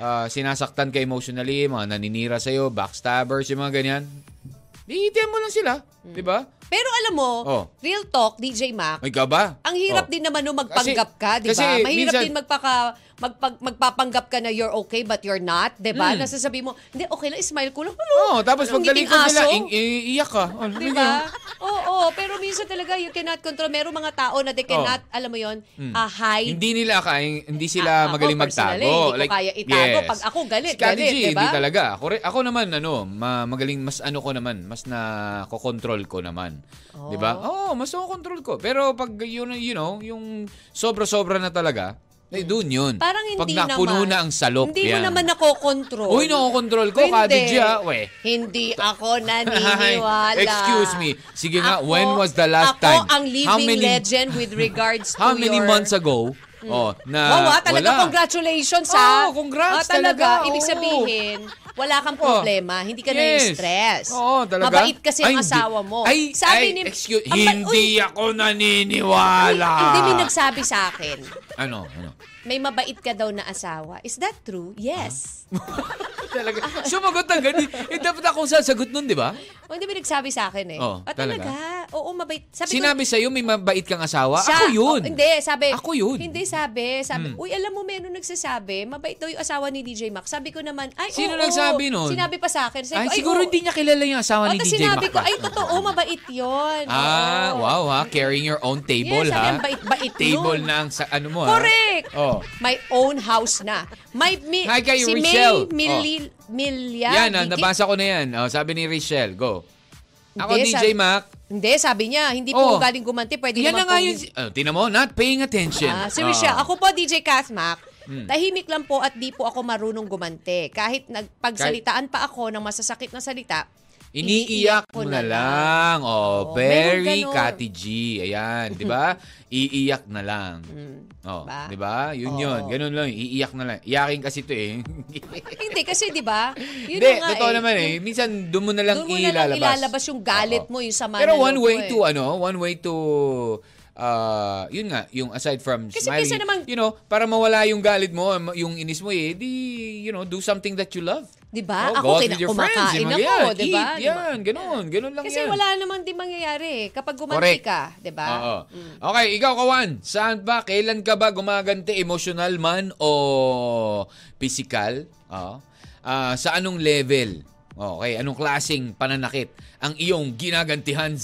Speaker 2: ah, sinasaktan ka emotionally, mga naninira sa'yo, backstabbers, yung mga ganyan, diitian mo lang sila.
Speaker 3: Hmm.
Speaker 2: Di ba?
Speaker 3: Pero alam mo,
Speaker 2: Oh.
Speaker 3: real talk, DJ Mac,
Speaker 2: Ay, ikaw ba?
Speaker 3: ang hirap
Speaker 2: Oh.
Speaker 3: din naman nung magpanggap
Speaker 2: Kasi-
Speaker 3: ka, di
Speaker 2: kasi
Speaker 3: ba? Mahirap
Speaker 2: minsan-
Speaker 3: din magpaka, magpag- magpapanggap ka na you're okay but you're not, di ba?
Speaker 2: Mm.
Speaker 3: Nasasabi mo, hindi, okay lang, smile ko lang.
Speaker 2: Oo, tapos
Speaker 3: Anong
Speaker 2: pagdaling
Speaker 3: ngiting
Speaker 2: ko nila,
Speaker 3: aso?
Speaker 2: i- i- iiyak ka. Oh,
Speaker 3: Di ba? Oo, pero minsan talaga you cannot control. Merong mga tao na they cannot, alam mo yon, ah, hide.
Speaker 2: Oh. Hmm. Hindi nila kaya, hindi sila
Speaker 3: Ah, ako
Speaker 2: magaling magtago.
Speaker 3: personally, hindi ko kaya itago. Pag ako galit,
Speaker 2: Strategy,
Speaker 3: galit, diba?
Speaker 2: hindi talaga. Ako, rin- ako naman, ano, ma- magaling, mas ano ko naman, mas na kokontrol ko naman.
Speaker 3: Oh.
Speaker 2: Di ba? Oo, mas kokontrol ko. Pero pag, yun, you know, yung sobra-sobra na talaga, eh, doon yun.
Speaker 3: Parang hindi
Speaker 2: pag
Speaker 3: naman.
Speaker 2: napuno na ang salok.
Speaker 3: Hindi
Speaker 2: yan.
Speaker 3: mo naman nakokontrol.
Speaker 2: Uy, nakokontrol ko, Kadi G, ah, we.
Speaker 3: Hindi ako naniniwala.
Speaker 2: Excuse me. Sige nga,
Speaker 3: Ako-
Speaker 2: when was the last time?
Speaker 3: Ako ang living
Speaker 2: How many-
Speaker 3: legend with regards to
Speaker 2: How many
Speaker 3: your...
Speaker 2: months ago? Oh, na
Speaker 3: Wow, ah, talaga
Speaker 2: wala.
Speaker 3: congratulations ha.
Speaker 2: Oo, congrats
Speaker 3: Ah, talaga.
Speaker 2: talaga,
Speaker 3: Ibig
Speaker 2: oo.
Speaker 3: sabihin, wala kang problema, hindi ka na
Speaker 2: Yes.
Speaker 3: stress.
Speaker 2: Oo, talaga.
Speaker 3: Mabait kasi
Speaker 2: Ay,
Speaker 3: ang
Speaker 2: hindi.
Speaker 3: asawa mo.
Speaker 2: Ay, ay,
Speaker 3: Sabi ni
Speaker 2: excuse,
Speaker 3: Ang ba-
Speaker 2: hindi ah.
Speaker 3: uy,
Speaker 2: ako naniniwala.
Speaker 3: uy, Hindi may nagsabi sa akin.
Speaker 2: Ano, ano?
Speaker 3: May mabait ka daw na asawa. Is that true? Yes.
Speaker 2: talaga. Sumagot ng ganun. Eh, dapat ako sasagot nun, di ba?
Speaker 3: O, Oh, hindi may nagsabi sa akin eh.
Speaker 2: Oo, Ah. Oh,
Speaker 3: Ah,
Speaker 2: talaga?
Speaker 3: Oo, mabait. Sabi ko,
Speaker 2: Sinabi sa'yo may mabait kang asawa.
Speaker 3: Siya-
Speaker 2: ako yun.
Speaker 3: Oh, hindi, sabi.
Speaker 2: Ako yun. Hmm.
Speaker 3: Hindi, sabi. Sabi, uy, alam mo, meron nagsasabi. Mabait daw yung asawa ni DJ Mac. Sabi ko naman, ay,
Speaker 2: Sino
Speaker 3: oo.
Speaker 2: nagsabi nun?
Speaker 3: Sinabi pa sa akin. Sabi
Speaker 2: Ay,
Speaker 3: ko,
Speaker 2: siguro
Speaker 3: oo.
Speaker 2: hindi niya kilala yung asawa
Speaker 3: Oh,
Speaker 2: ni
Speaker 3: tapos
Speaker 2: DJ
Speaker 3: sinabi
Speaker 2: Mac
Speaker 3: ko,
Speaker 2: ba?
Speaker 3: ay, totoo, mabait yun.
Speaker 2: Ah,
Speaker 3: Oo.
Speaker 2: wow ha. Carrying your own table
Speaker 3: Yes, sabi,
Speaker 2: ha.
Speaker 3: ang bait-bait
Speaker 2: Table
Speaker 3: nun.
Speaker 2: na ang sa, ano mo ha.
Speaker 3: Correct!
Speaker 2: Oh.
Speaker 3: My own house na. My, mi,
Speaker 2: Hi kay
Speaker 3: si
Speaker 2: Richelle.
Speaker 3: May Mili, Milya.
Speaker 2: Yan, ah,
Speaker 3: Dikit?
Speaker 2: nabasa ko na yan. Oh, sabi ni Richelle, go. Ako,
Speaker 3: Hindi,
Speaker 2: DJ
Speaker 3: sabi-
Speaker 2: Mac.
Speaker 3: Hindi, sabi niya, hindi
Speaker 2: Oo.
Speaker 3: po galing gumanti,
Speaker 2: Oh.
Speaker 3: pwede
Speaker 2: Yan na nga
Speaker 3: naman po-
Speaker 2: yun. Oh, tinan mo, not paying attention. Oh,
Speaker 3: Ah, si
Speaker 2: Oo.
Speaker 3: Michelle, ako po DJ Kathmak.
Speaker 2: Hmm.
Speaker 3: Tahimik lang po at di po ako marunong gumante. Kahit nagpagsalitaan pa ako ng masasakit na salita,
Speaker 2: Iniiyak mo na lang. Oh,
Speaker 3: Oo,
Speaker 2: very
Speaker 3: meron ganun.
Speaker 2: Kati G. Ayan, di ba? Iiyak na lang. Oh,
Speaker 3: Diba?
Speaker 2: di ba? Yun
Speaker 3: Oo.
Speaker 2: yun. Ganun lang. Iiyak na lang. Iyakin kasi ito eh.
Speaker 3: Hindi kasi 'di ba? Yun
Speaker 2: Hindi,
Speaker 3: na nga
Speaker 2: totoo
Speaker 3: eh.
Speaker 2: naman eh. Minsan doon mo na lang
Speaker 3: Doon mo na
Speaker 2: ilalabas.
Speaker 3: lang ilalabas yung galit
Speaker 2: Oo.
Speaker 3: mo, yung sama
Speaker 2: Pero
Speaker 3: ng
Speaker 2: one
Speaker 3: loob
Speaker 2: way
Speaker 3: mo eh.
Speaker 2: to ano, one way to ah, yun nga, yung aside from
Speaker 3: Kasi
Speaker 2: smiling,
Speaker 3: minsan naman-
Speaker 2: you know, para mawala yung galit mo, yung inis mo eh, di, you know, do something that you love.
Speaker 3: 'Di Di ba?
Speaker 2: Oh,
Speaker 3: ako
Speaker 2: go out with
Speaker 3: kina-
Speaker 2: your friends.
Speaker 3: kumakain
Speaker 2: yung mga
Speaker 3: ako,
Speaker 2: yan.
Speaker 3: di ba?
Speaker 2: Eat,
Speaker 3: Di ba?
Speaker 2: yan. Ganun. Ganun lang
Speaker 3: Kasi
Speaker 2: yan.
Speaker 3: wala naman din mangyayari eh. Kapag gumanti
Speaker 2: Correct.
Speaker 3: ka, di ba?
Speaker 2: Oo. Okay, ikaw, Kawan. Saan ba? Kailan ka ba gumaganti? Emotional man o physical? Oo. Ah, sa anong level? Okay, anong klaseng pananakit ang iyong ginagantihan?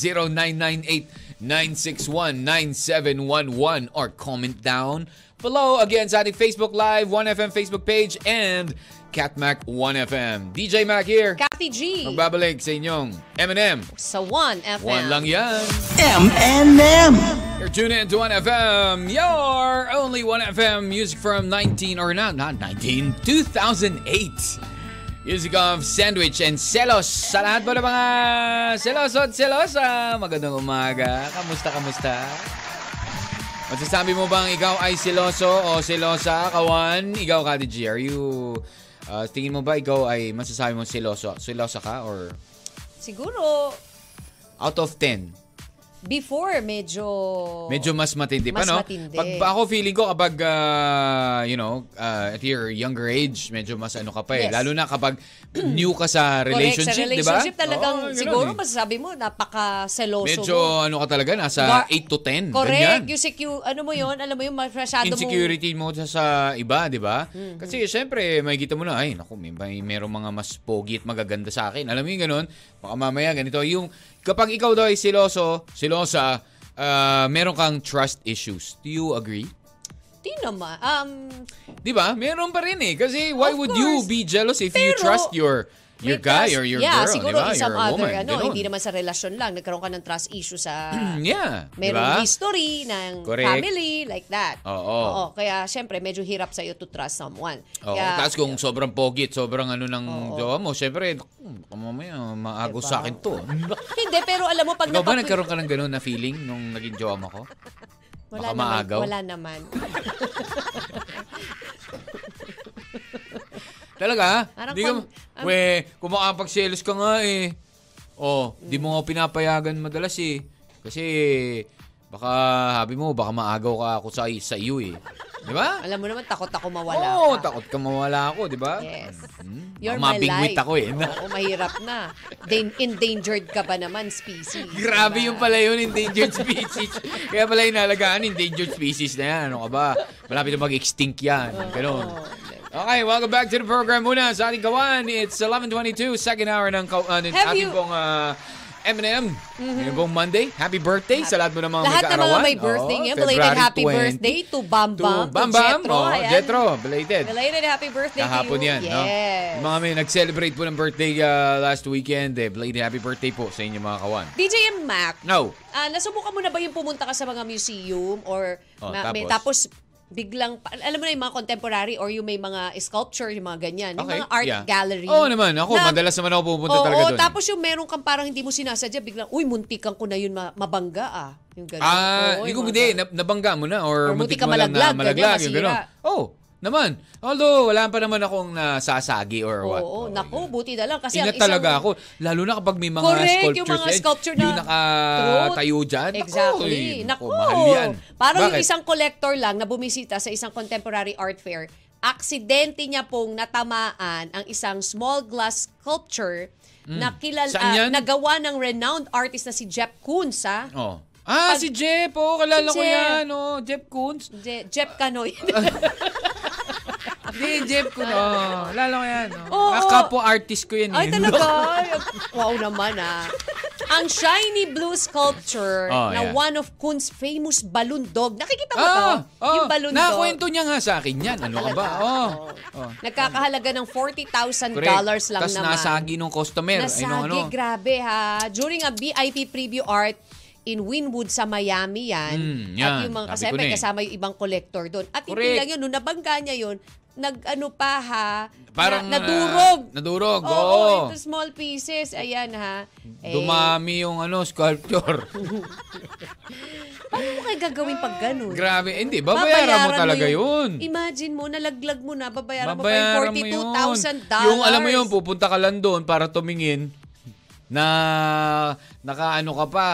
Speaker 2: 0998-961-9711 or comment down below again sa ating Facebook Live, 1FM Facebook page and Catmac 1FM. DJ Mac here.
Speaker 3: Kathy G.
Speaker 2: Magbabalik sa inyong M&M.
Speaker 3: sa 1FM.
Speaker 2: One lang yan.
Speaker 1: M&M.
Speaker 2: You're tuned in to 1FM, your only 1FM music from 19, or not, not 19, 2008. Music of Sandwich and Celos. Sa lahat po ng mga Celos at Celosa, magandang umaga. Kamusta, kamusta? Masasabi mo bang ikaw ay Celoso o Celosa? Kawan, ikaw, Kati G, are you... uh, tingin mo ba ikaw ay masasabi mo Celoso? Celosa ka or
Speaker 3: Siguro,
Speaker 2: out of 10?
Speaker 3: before, medyo...
Speaker 2: Medyo mas matindi pa,
Speaker 3: Mas
Speaker 2: no?
Speaker 3: matindi.
Speaker 2: Pag ako feeling ko kapag, ah, you know, ah, at your younger age, medyo mas ano ka pa eh.
Speaker 3: Yes.
Speaker 2: Lalo na kapag new ka sa
Speaker 3: Correct,
Speaker 2: relationship, di
Speaker 3: sa
Speaker 2: ba?
Speaker 3: relationship talagang
Speaker 2: Oo, ganun
Speaker 3: siguro
Speaker 2: eh.
Speaker 3: masasabi mo, napaka-seloso
Speaker 2: Medyo
Speaker 3: mo.
Speaker 2: ano ka talaga, nasa
Speaker 3: Ga-
Speaker 2: 8 to 10.
Speaker 3: Correct.
Speaker 2: ganyan.
Speaker 3: Yung secu- ano mo yun, alam mo yun, masyado mo... Mm-hmm.
Speaker 2: insecurity mo sa, sa iba, di ba? Kasi syempre, makikita mo na, ay, naku, may, may merong mga mas pogi at magaganda sa akin. Alam mo yung ganun? Baka mamaya ganito. Yung, kapag ikaw daw ay siloso, silosa, ah, meron kang trust issues. Do you agree?
Speaker 3: Di naman. Um,
Speaker 2: Di ba? Meron pa rin eh. Kasi why
Speaker 3: Of
Speaker 2: would
Speaker 3: course.
Speaker 2: you be jealous if you
Speaker 3: Pero,
Speaker 2: trust your your
Speaker 3: may
Speaker 2: guy
Speaker 3: trust-
Speaker 2: or your
Speaker 3: yeah,
Speaker 2: girl,
Speaker 3: siguro
Speaker 2: di ba?
Speaker 3: in some
Speaker 2: Your
Speaker 3: other,
Speaker 2: woman.
Speaker 3: ano,
Speaker 2: Ganun.
Speaker 3: hindi naman sa relasyon lang. Nagkaroon ka ng trust issue sa...
Speaker 2: Yeah. diba? di ba?
Speaker 3: Merong history ng
Speaker 2: Correct.
Speaker 3: family, like that.
Speaker 2: Oo.
Speaker 3: Kaya, syempre, medyo hirap sa'yo to trust someone.
Speaker 2: Oo,
Speaker 3: Kaya-
Speaker 2: tapos kung sobrang pogit, sobrang ano ng
Speaker 3: Oo.
Speaker 2: jowa mo, syempre, "Hmm, baka mamaya maagos
Speaker 3: Diba?
Speaker 2: sa akin to.
Speaker 3: Hindi, pero alam mo, pag
Speaker 2: Ikaw ba
Speaker 3: napapu-
Speaker 2: nagkaroon ka ng ganun na feeling nung naging jowa mo ko? Baka
Speaker 3: Wala naman,
Speaker 2: maagaw?
Speaker 3: Wala naman.
Speaker 2: Talaga?
Speaker 3: Parang
Speaker 2: Di ka,
Speaker 3: kon- um,
Speaker 2: we, kumakapagselos ka nga eh. Oh, di mo nga pinapayagan madalas eh. Kasi, baka, habi mo, baka maagaw ka ako sa, sa iyo eh. Di ba?
Speaker 3: Alam mo naman, takot ako mawala
Speaker 2: Oo,
Speaker 3: ka.
Speaker 2: takot ka mawala ako, di ba?
Speaker 3: Yes.
Speaker 2: Hmm?
Speaker 3: You're
Speaker 2: Baka
Speaker 3: my
Speaker 2: mabingwit
Speaker 3: life.
Speaker 2: ako eh.
Speaker 3: Oo, mahirap na. Dan- endangered ka ba naman, species?
Speaker 2: Grabe
Speaker 3: Diba?
Speaker 2: yung pala yun, endangered species. Kaya pala inalagaan, endangered species na yan. Ano ka ba? Malapit na mag-extinct yan. Ganun.
Speaker 3: Oo.
Speaker 2: Okay, welcome back to the program muna sa ating kawan. It's 11.22, second hour ng, ka- uh, ng
Speaker 3: Have
Speaker 2: ating
Speaker 3: you- Mm-hmm.
Speaker 2: pong ah, M&M. Ngayon pong Monday. Happy birthday sa lahat mo ng mga
Speaker 3: Lahat ng mga
Speaker 2: mag-aarawan.
Speaker 3: may birthday
Speaker 2: Oo,
Speaker 3: ngayon, belated
Speaker 2: February
Speaker 3: happy
Speaker 2: 20.
Speaker 3: birthday to Bam
Speaker 2: To
Speaker 3: Bam, to,
Speaker 2: Bam Bam.
Speaker 3: Jetro.
Speaker 2: oh,
Speaker 3: ayan.
Speaker 2: Jetro, belated.
Speaker 3: Belated happy birthday
Speaker 2: Kahapon
Speaker 3: to you.
Speaker 2: yan,
Speaker 3: yes.
Speaker 2: no? Yung mga may nag-celebrate po ng birthday uh, last weekend, eh, belated happy birthday po sa inyo mga kawan.
Speaker 3: DJ Mac,
Speaker 2: No.
Speaker 3: Ah, nasubukan mo na ba yung pumunta ka sa mga museum or
Speaker 2: Oh,
Speaker 3: ma- may-
Speaker 2: tapos?
Speaker 3: tapos biglang pa- alam mo na yung mga contemporary or yung may mga sculpture yung mga ganyan yung
Speaker 2: Okay,
Speaker 3: mga art
Speaker 2: yeah.
Speaker 3: gallery
Speaker 2: Oo naman, ako,
Speaker 3: na-
Speaker 2: madalas naman ako pupunta
Speaker 3: Oo,
Speaker 2: talaga doon.
Speaker 3: tapos yung meron kang parang hindi mo sinasadya biglang uy muntikan ko na yun ma- mabangga ah yung ganun
Speaker 2: Ah,
Speaker 3: Oo,
Speaker 2: hindi
Speaker 3: yung
Speaker 2: ko
Speaker 3: mga
Speaker 2: hindi,
Speaker 3: ganun.
Speaker 2: na- nabangga mo na or,
Speaker 3: Or muntik ka
Speaker 2: mo lang na
Speaker 3: malaglag, ganyan,
Speaker 2: malaglag, yung
Speaker 3: masira.
Speaker 2: gano'n. Oh, naman. Although, wala pa naman akong nasasagi or
Speaker 3: oo
Speaker 2: what.
Speaker 3: oo,
Speaker 2: Oo, yun.
Speaker 3: nako buti na lang kasi
Speaker 2: Ingat
Speaker 3: ang isang,
Speaker 2: talaga ako. Lalo na kapag may mga
Speaker 3: Correct,
Speaker 2: sculptures.
Speaker 3: yung mga
Speaker 2: eh,
Speaker 3: sculpture na
Speaker 2: Yung nakatayo dyan. Nako,
Speaker 3: Exactly.
Speaker 2: eh,
Speaker 3: Nako.
Speaker 2: mahal yan.
Speaker 3: Parang yung
Speaker 2: Bakit?
Speaker 3: isang collector lang na bumisita sa isang contemporary art fair, aksidente niya pong natamaan ang isang small glass sculpture na kilala
Speaker 2: Mm. Saan yan?
Speaker 3: nagawa ng renowned artist na si Jeff Koons ha.
Speaker 2: Oh. Ah,
Speaker 3: Pag-
Speaker 2: si Jeff. Oh, kalala
Speaker 3: Si
Speaker 2: ko
Speaker 3: Jeff.
Speaker 2: yan. Oh, Jeff Koons.
Speaker 3: Je- Jeff Canoy.
Speaker 2: Hindi, Jeff ko. Oh, lalo ko yan.
Speaker 3: Oo.
Speaker 2: Oh. Kapo artist ko yan.
Speaker 3: Ay
Speaker 2: eh.
Speaker 3: talaga. wow naman ah. Ang shiny blue sculpture
Speaker 2: Oh,
Speaker 3: na
Speaker 2: yeah. Ah,
Speaker 3: one of Koons' famous balloon dog. Nakikita mo
Speaker 2: Oo,
Speaker 3: to?
Speaker 2: oo.
Speaker 3: Yung balloon dog.
Speaker 2: Nakakwento niya nga sa akin yan. Ano ka ba?
Speaker 3: Talaga?
Speaker 2: Oh.
Speaker 3: Oo. Nagkakahalaga ng $40,000
Speaker 2: Correct.
Speaker 3: dollars lang
Speaker 2: Tas
Speaker 3: naman.
Speaker 2: nasagi nung customer.
Speaker 3: Nasagi,
Speaker 2: Nasagi, ano, ano.
Speaker 3: grabe ha. During a VIP preview art in Winwood sa Miami yan.
Speaker 2: Mm,
Speaker 3: At
Speaker 2: yan.
Speaker 3: yung mga kasi
Speaker 2: Sabi ko
Speaker 3: may
Speaker 2: na eh.
Speaker 3: kasama yung ibang collector doon. At hindi
Speaker 2: Correct.
Speaker 3: lang yun, nung nabangga niya yun, nag ano pa ha,
Speaker 2: Parang,
Speaker 3: na, nadurog.
Speaker 2: ah, nadurog,
Speaker 3: Oo,
Speaker 2: oo.
Speaker 3: into small pieces. Ayan ha. Eh,
Speaker 2: Dumami yung ano, sculpture.
Speaker 3: Ano kaya gagawin pag ganun?
Speaker 2: Grabe. Eh, Hindi, babayaran mo talaga yun.
Speaker 3: Imagine mo, nalaglag mo na,
Speaker 2: Babayaran
Speaker 3: babayaran, mo
Speaker 2: mo
Speaker 3: pa
Speaker 2: yun.
Speaker 3: yung $42,000.
Speaker 2: Yung alam mo yun, pupunta ka lang doon para tumingin na nakaano ka pa.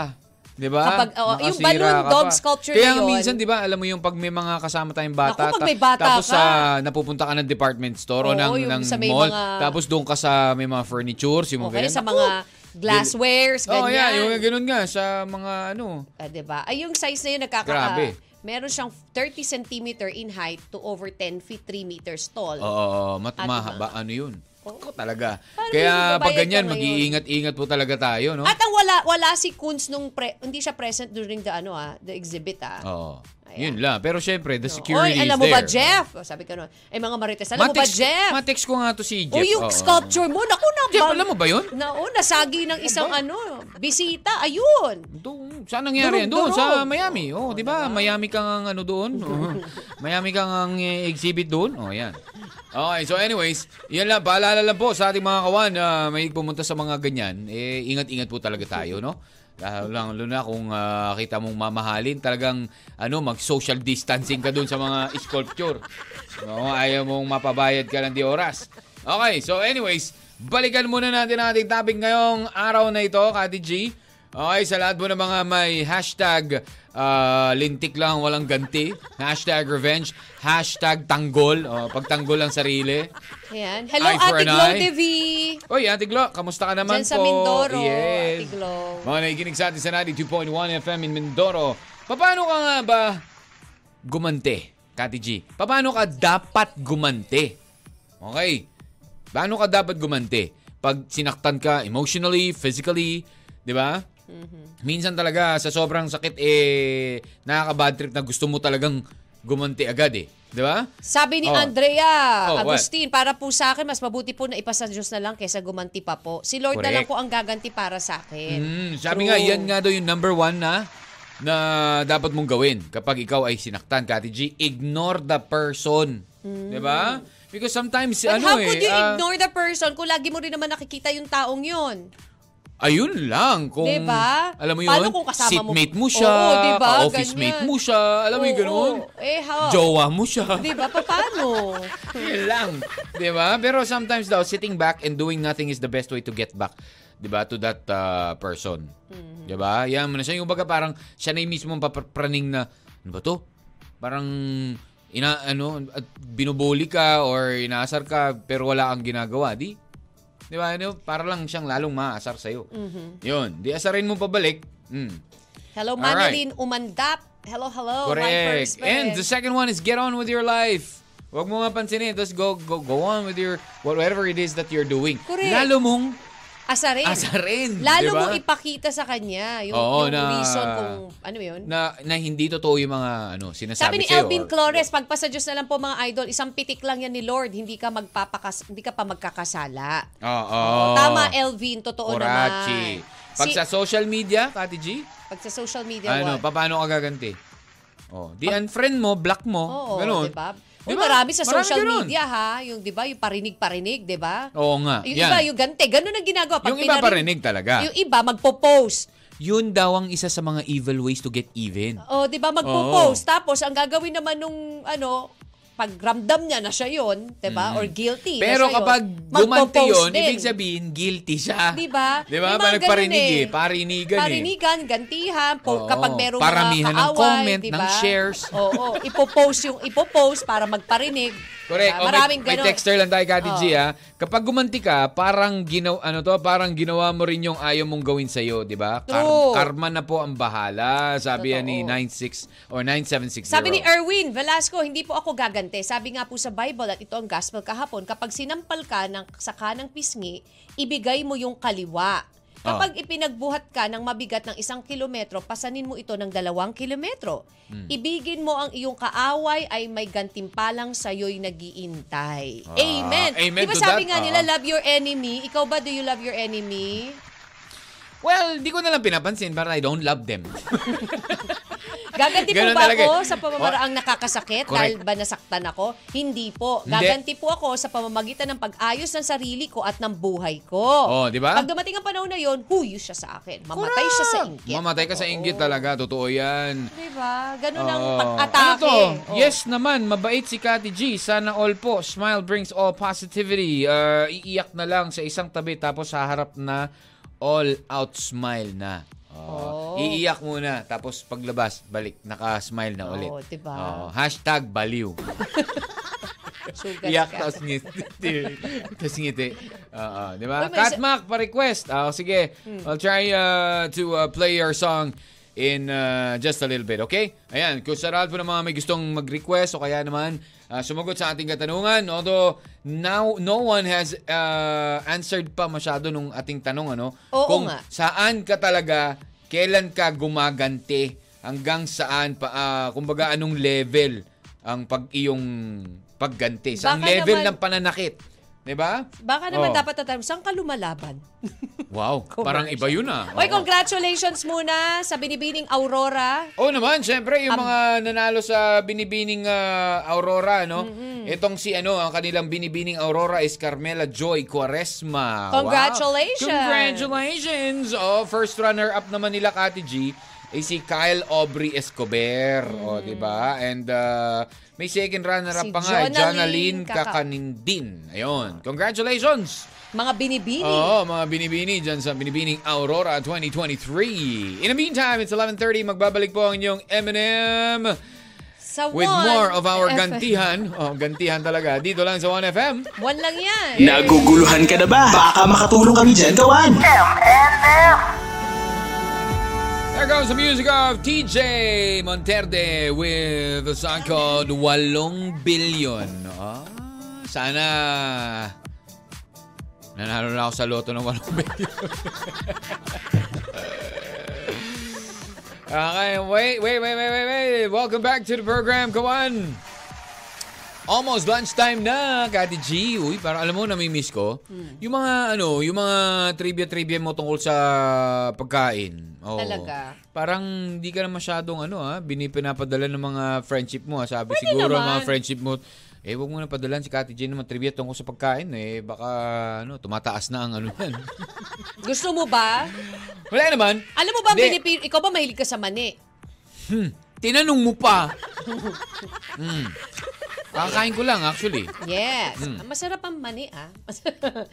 Speaker 2: 'Di ba?
Speaker 3: Kapag, oo, yung
Speaker 2: Nakasira
Speaker 3: balloon
Speaker 2: ka
Speaker 3: dog
Speaker 2: pa.
Speaker 3: sculpture
Speaker 2: Kaya
Speaker 3: na
Speaker 2: nga
Speaker 3: yun.
Speaker 2: minsan, 'di ba, alam mo yung pag may mga kasama tayong bata,
Speaker 3: Naku, pag may bata
Speaker 2: tapos
Speaker 3: ka.
Speaker 2: ah, napupunta ka ng department store o
Speaker 3: Oo,
Speaker 2: ng,
Speaker 3: yung
Speaker 2: ng
Speaker 3: sa may
Speaker 2: mall,
Speaker 3: mga-
Speaker 2: tapos doon ka sa may mga furnitures, yung
Speaker 3: O
Speaker 2: mga
Speaker 3: kaya
Speaker 2: ganyan.
Speaker 3: sa
Speaker 2: Naku,
Speaker 3: mga glasswares, ganyan.
Speaker 2: Oh, yeah, yung mga ganun nga sa mga ano.
Speaker 3: Ah, 'di ba? Ay yung size na yun nakaka
Speaker 2: Grabe.
Speaker 3: Meron siyang 30 centimeter in height to over 10 feet 3 meters tall.
Speaker 2: Oo, oh, mat
Speaker 3: At
Speaker 2: mahaba ano 'yun. Ako talaga.
Speaker 3: Paano yung
Speaker 2: Kaya
Speaker 3: babayad
Speaker 2: pag ganyan,
Speaker 3: ko ngayon?
Speaker 2: mag-iingat-ingat po talaga tayo, no?
Speaker 3: At ang wala wala si Kunz nung pre, hindi siya present during the ano ah, the exhibit ah.
Speaker 2: Oo. Yun
Speaker 3: Ayan.
Speaker 2: lang. Pero syempre, the
Speaker 3: No.
Speaker 2: Oh, security
Speaker 3: Oy,
Speaker 2: is
Speaker 3: alam mo ba
Speaker 2: there.
Speaker 3: Jeff? Oh, sabi ko noon. Ay mga marites, alam mo ba
Speaker 2: Matext-
Speaker 3: Jeff?
Speaker 2: matext ko nga to si Jeff.
Speaker 3: O
Speaker 2: Oo.
Speaker 3: yung sculpture mo, naku na
Speaker 2: Jeff, alam mo ba yun?
Speaker 3: Na, oh, nasagi ng isang ano, bisita, ayun.
Speaker 2: Doon, saan nangyari? yan?
Speaker 3: Durog,
Speaker 2: Doon, sa
Speaker 3: durog.
Speaker 2: Miami. Oh, di ba? Miami kang ano doon. Oo. Miami kang ang eh, exhibit doon. Oh, yan. Okay, so anyways, yan lang. Paalala lang po sa ating mga kawan na may pumunta sa mga ganyan. Eh, ingat-ingat po talaga tayo, no? Lalo lang, lalo na kung ah, kita mong mamahalin, talagang ano, mag-social distancing ka doon sa mga sculpture. No, ayaw mong mapabayad ka ng di oras. Okay, so anyways, balikan muna natin ang ating topic ngayong araw na ito, Kati G. Okay, sa lahat po ng mga may hashtag ah, lintik lang walang ganti, hashtag revenge, hashtag tanggol, oh, pagtanggol ang sarili.
Speaker 3: Ayan. Hello,
Speaker 2: Eye for
Speaker 3: Ate
Speaker 2: an
Speaker 3: Glow
Speaker 2: eye.
Speaker 3: TV.
Speaker 2: Oy, Ate Glo, kamusta ka naman
Speaker 3: Diyan sa
Speaker 2: po?
Speaker 3: Mindoro,
Speaker 2: yes.
Speaker 3: Ate Glo.
Speaker 2: Mga nakikinig sa atin sa 92.1 FM in Mindoro. Paano ka nga ba gumante, Kati G? Paano ka dapat gumante? Okay. Paano ka dapat gumante? Pag sinaktan ka emotionally, physically, di ba?
Speaker 3: Mhm.
Speaker 2: Minsan talaga sa sobrang sakit eh nakaka-bad trip na gusto mo talagang gumanti agad eh. Di ba?
Speaker 3: Sabi ni
Speaker 2: Oh.
Speaker 3: Andrea
Speaker 2: Oh, what?
Speaker 3: Agustin, para po sa akin, mas mabuti po na ipasa Diyos na lang kaysa gumanti pa po. Si Lord na
Speaker 2: Correct.
Speaker 3: lang po ang gaganti para sa akin.
Speaker 2: Mm, sabi
Speaker 3: True.
Speaker 2: nga, yan nga daw yung number one na na dapat mong gawin kapag ikaw ay sinaktan, Kati G. Ignore the person. Di ba? Because sometimes,
Speaker 3: Mm. But
Speaker 2: ano
Speaker 3: how
Speaker 2: eh,
Speaker 3: could you
Speaker 2: ah,
Speaker 3: ignore the person kung lagi mo rin naman nakikita yung taong yun?
Speaker 2: ayun lang. Kung,
Speaker 3: Diba?
Speaker 2: alam mo yun,
Speaker 3: Paano kung kasama mo-
Speaker 2: seatmate mo siya,
Speaker 3: Oo, diba?
Speaker 2: office mate
Speaker 3: Ganyan.
Speaker 2: mo siya, alam mo yung
Speaker 3: Oo,
Speaker 2: ganun?
Speaker 3: oo. Eh, how?
Speaker 2: Jowa mo siya.
Speaker 3: Di ba? Paano?
Speaker 2: Yun lang. Di ba? Pero sometimes daw, sitting back and doing nothing is the best way to get back. Di ba? To that uh, person. Di ba? Yan mo na siya. Yung baga parang siya na yung mismo ang papraning na, ano ba to? Parang ina ano at binubuli ka or inaasar ka pero wala kang ginagawa di di ba ano para lang siyang lalong maasar sa iyo yun di asarin mo pabalik mm.
Speaker 3: Hello,
Speaker 2: All right.
Speaker 3: Manilin Umandap. Hello, hello.
Speaker 2: Correct.
Speaker 3: Mike Perks
Speaker 2: And the
Speaker 3: Perez.
Speaker 2: second one is get on with your life. Huwag mo nga pansinin. Just go, go, go on with your whatever it is that you're doing.
Speaker 3: Correct.
Speaker 2: Lalo mong
Speaker 3: asarin.
Speaker 2: asarin. di
Speaker 3: Lalo
Speaker 2: ba?
Speaker 3: mong ipakita sa kanya yung,
Speaker 2: Oo,
Speaker 3: yung
Speaker 2: na-
Speaker 3: reason kung ano yun.
Speaker 2: na, na hindi totoo yung mga ano, sinasabi
Speaker 3: Sabi ni
Speaker 2: sa'yo
Speaker 3: Elvin
Speaker 2: or-
Speaker 3: Flores, pagpasa Diyos na lang po mga idol, isang pitik lang yan ni Lord, hindi ka magpapakas hindi ka pa magkakasala.
Speaker 2: Oo.
Speaker 3: Oo, tama Elvin,
Speaker 2: Oh.
Speaker 3: totoo
Speaker 2: Orachi.
Speaker 3: naman.
Speaker 2: Pag
Speaker 3: Si-
Speaker 2: sa social media, Kati G,
Speaker 3: pag sa social media,
Speaker 2: ano,
Speaker 3: what?
Speaker 2: paano ka gaganti? Oh, di unfriend mo, block mo,
Speaker 3: Oo,
Speaker 2: ganun.
Speaker 3: di ba?
Speaker 2: Di
Speaker 3: Uy,
Speaker 2: ba?
Speaker 3: marami sa
Speaker 2: Marami
Speaker 3: social
Speaker 2: ganun.
Speaker 3: media ha, yung 'di ba, yung parinig-parinig, 'di ba?
Speaker 2: Oo nga.
Speaker 3: Yung
Speaker 2: yan.
Speaker 3: iba, yung gante, ganun ang ginagawa. Pag
Speaker 2: Yung iba
Speaker 3: pinarin-
Speaker 2: parinig talaga.
Speaker 3: Yung iba magpo-post.
Speaker 2: Yun daw ang isa sa mga evil ways to get even.
Speaker 3: O, 'di ba diba, magpo-post tapos ang gagawin naman nung ano, pag ramdam niya na siya 'yon, 'di ba? Or guilty. na
Speaker 2: Pero
Speaker 3: siya
Speaker 2: kapag
Speaker 3: yun,
Speaker 2: gumanti
Speaker 3: magpo-post
Speaker 2: yun,
Speaker 3: din.
Speaker 2: ibig sabihin, guilty siya.
Speaker 3: Di ba?
Speaker 2: Di Diba? ba?
Speaker 3: Diba? May mga
Speaker 2: Parang
Speaker 3: ganun
Speaker 2: parinig
Speaker 3: eh.
Speaker 2: eh. Parinigan eh.
Speaker 3: Parinigan, gantihan,
Speaker 2: Oo.
Speaker 3: po, kapag merong
Speaker 2: Paramihan ng
Speaker 3: mga kaaway,
Speaker 2: comment,
Speaker 3: di ba?
Speaker 2: ng shares.
Speaker 3: Oo, ipopost yung ipopost para magparinig.
Speaker 2: Correct.
Speaker 3: Diba?
Speaker 2: O, may-
Speaker 3: Maraming
Speaker 2: may,
Speaker 3: ganun.
Speaker 2: texter lang tayo, Kati
Speaker 3: Oo.
Speaker 2: G, ha? Kapag gumanti ka, parang ginaw, ano to, parang ginawa mo rin yung ayaw mong gawin sa'yo, di ba?
Speaker 3: True.
Speaker 2: karma na po ang bahala, sabi yan ni
Speaker 3: Totoo.
Speaker 2: 96 or 9760.
Speaker 3: Sabi ni Erwin Velasco, hindi po ako gagante. Sabi nga po sa Bible at ito ang gospel kahapon, kapag sinampal ka ng, sa kanang pisngi, ibigay mo yung
Speaker 2: Ah.
Speaker 3: kaliwa. Kapag ipinagbuhat ka ng mabigat ng isang kilometro, pasanin mo ito ng dalawang kilometro.
Speaker 2: Hmm.
Speaker 3: Ibigin mo ang iyong kaaway ay may gantimpalang sa'yo'y nagiintay. amen.
Speaker 2: Ah. amen
Speaker 3: Di ba
Speaker 2: to
Speaker 3: sabi
Speaker 2: that?
Speaker 3: nga nila,
Speaker 2: Ah.
Speaker 3: love your enemy. Ikaw ba, do you love your enemy?
Speaker 2: Well, di ko na lang pinapansin, parang I don't love them.
Speaker 3: Gaganti po
Speaker 2: Ganun
Speaker 3: ba
Speaker 2: talaga eh.
Speaker 3: ako sa pamamaraang nakakasakit dahil
Speaker 2: Correct.
Speaker 3: ba nasaktan ako? Hindi po.
Speaker 2: Hindi.
Speaker 3: Gaganti po ako sa pamamagitan ng pag-ayos ng sarili ko at ng buhay ko.
Speaker 2: Oh, di ba?
Speaker 3: Pag dumating ang panahon na yon, huyo siya sa akin. Mamatay siya sa inggit.
Speaker 2: Mamatay ka sa inggit
Speaker 3: Oo.
Speaker 2: talaga, totoo yan.
Speaker 3: Di ba? Ganun ang
Speaker 2: Oo.
Speaker 3: pag-atake.
Speaker 2: Ano to?
Speaker 3: Oh.
Speaker 2: Yes naman, mabait si Kati G. Sana all po. Smile brings all positivity. Uh, iiyak na lang sa isang tabi tapos haharap na all out smile na. Oo.
Speaker 3: Oh.
Speaker 2: Iiyak muna, tapos paglabas, balik, naka-smile na
Speaker 3: Oo,
Speaker 2: ulit.
Speaker 3: diba?
Speaker 2: Oo. hashtag baliw.
Speaker 3: Sugat
Speaker 2: Iyak,
Speaker 3: ka.
Speaker 2: tapos ngiti. tapos ngiti. Oo, di ba?
Speaker 3: Uy, may Hmm. isa-
Speaker 2: Katmak, pa-request. Ah, sige, I'll try uh, to uh, play your song in uh, just a little bit, okay? Ayan, kung sa Ralph ng mga may gustong mag-request o kaya naman ah, sumagot sa ating katanungan. Although, now, no one has uh, answered pa masyado nung ating tanong, ano?
Speaker 3: Oo
Speaker 2: kung
Speaker 3: nga.
Speaker 2: saan ka talaga, kailan ka gumaganti, hanggang saan, pa, ah, kumbaga anong level ang pag iyong pagganti. Sa ang
Speaker 3: Baka
Speaker 2: level ng
Speaker 3: naman-
Speaker 2: pananakit. 'Di ba?
Speaker 3: Baka
Speaker 2: Oo.
Speaker 3: naman dapat tatanong, saan ka lumalaban?
Speaker 2: Wow, parang iba yun ah.
Speaker 3: Oy,
Speaker 2: Oo.
Speaker 3: congratulations muna sa binibining Aurora.
Speaker 2: Oo naman, syempre, yung mga nanalo sa binibining ah, Aurora, no? Itong si ano, ang kanilang binibining Aurora is Carmela Joy Quaresma. Wow.
Speaker 3: Congratulations!
Speaker 2: Congratulations! Oh, first runner-up naman nila, Kati G, ay si Kyle Aubrey Escobar. O, di ba? And ah, may second runner-up
Speaker 3: Mm. Si
Speaker 2: pa nga, eh,
Speaker 3: Jonalyn
Speaker 2: Jonalyn
Speaker 3: Caca-
Speaker 2: Kakanindin. Ayun, congratulations!
Speaker 3: Mga binibini.
Speaker 2: Oo, mga binibini dyan sa binibining Aurora 2023. In the meantime, it's 11.30. Magbabalik po ang inyong M&M
Speaker 3: Sa
Speaker 2: with
Speaker 3: one.
Speaker 2: more of our
Speaker 3: F-
Speaker 2: gantihan. Oh, gantihan talaga. Dito lang sa 1FM.
Speaker 3: One lang yan.
Speaker 1: Naguguluhan ka na ba? Baka makatulong kami dyan gawan.
Speaker 4: M-M-M.
Speaker 2: There goes the music of TJ Monterde with the song called Walong Billion. Oh, sana nanalo na ako sa loto ng walong billion. okay, wait, wait, wait, wait, wait, wait. Welcome back to the program. Come on. Almost lunchtime na, Kati G. Uy, para alam mo, nami-miss ko.
Speaker 3: Hmm.
Speaker 2: Yung mga, ano, yung mga trivia-trivia mo tungkol sa pagkain. Oo.
Speaker 3: Talaga?
Speaker 2: Parang hindi ka na masyadong, ano ha, binipinapadala ng mga friendship mo. ha. Sabi
Speaker 3: Pwede
Speaker 2: siguro
Speaker 3: naman.
Speaker 2: mga friendship mo, eh, huwag mo na padalan si Kati G naman trivia tungkol sa pagkain. Eh, baka, ano, tumataas na ang ano yan.
Speaker 3: Gusto mo ba?
Speaker 2: Wala naman.
Speaker 3: Alam mo ba, ang
Speaker 2: Hindi.
Speaker 3: Pilipino, ikaw ba mahilig ka sa mani?
Speaker 2: Hmm. Tinanong mo pa. mm. Kakain ko lang, actually.
Speaker 3: Yes.
Speaker 2: Hmm.
Speaker 3: Masarap ang mani, ah.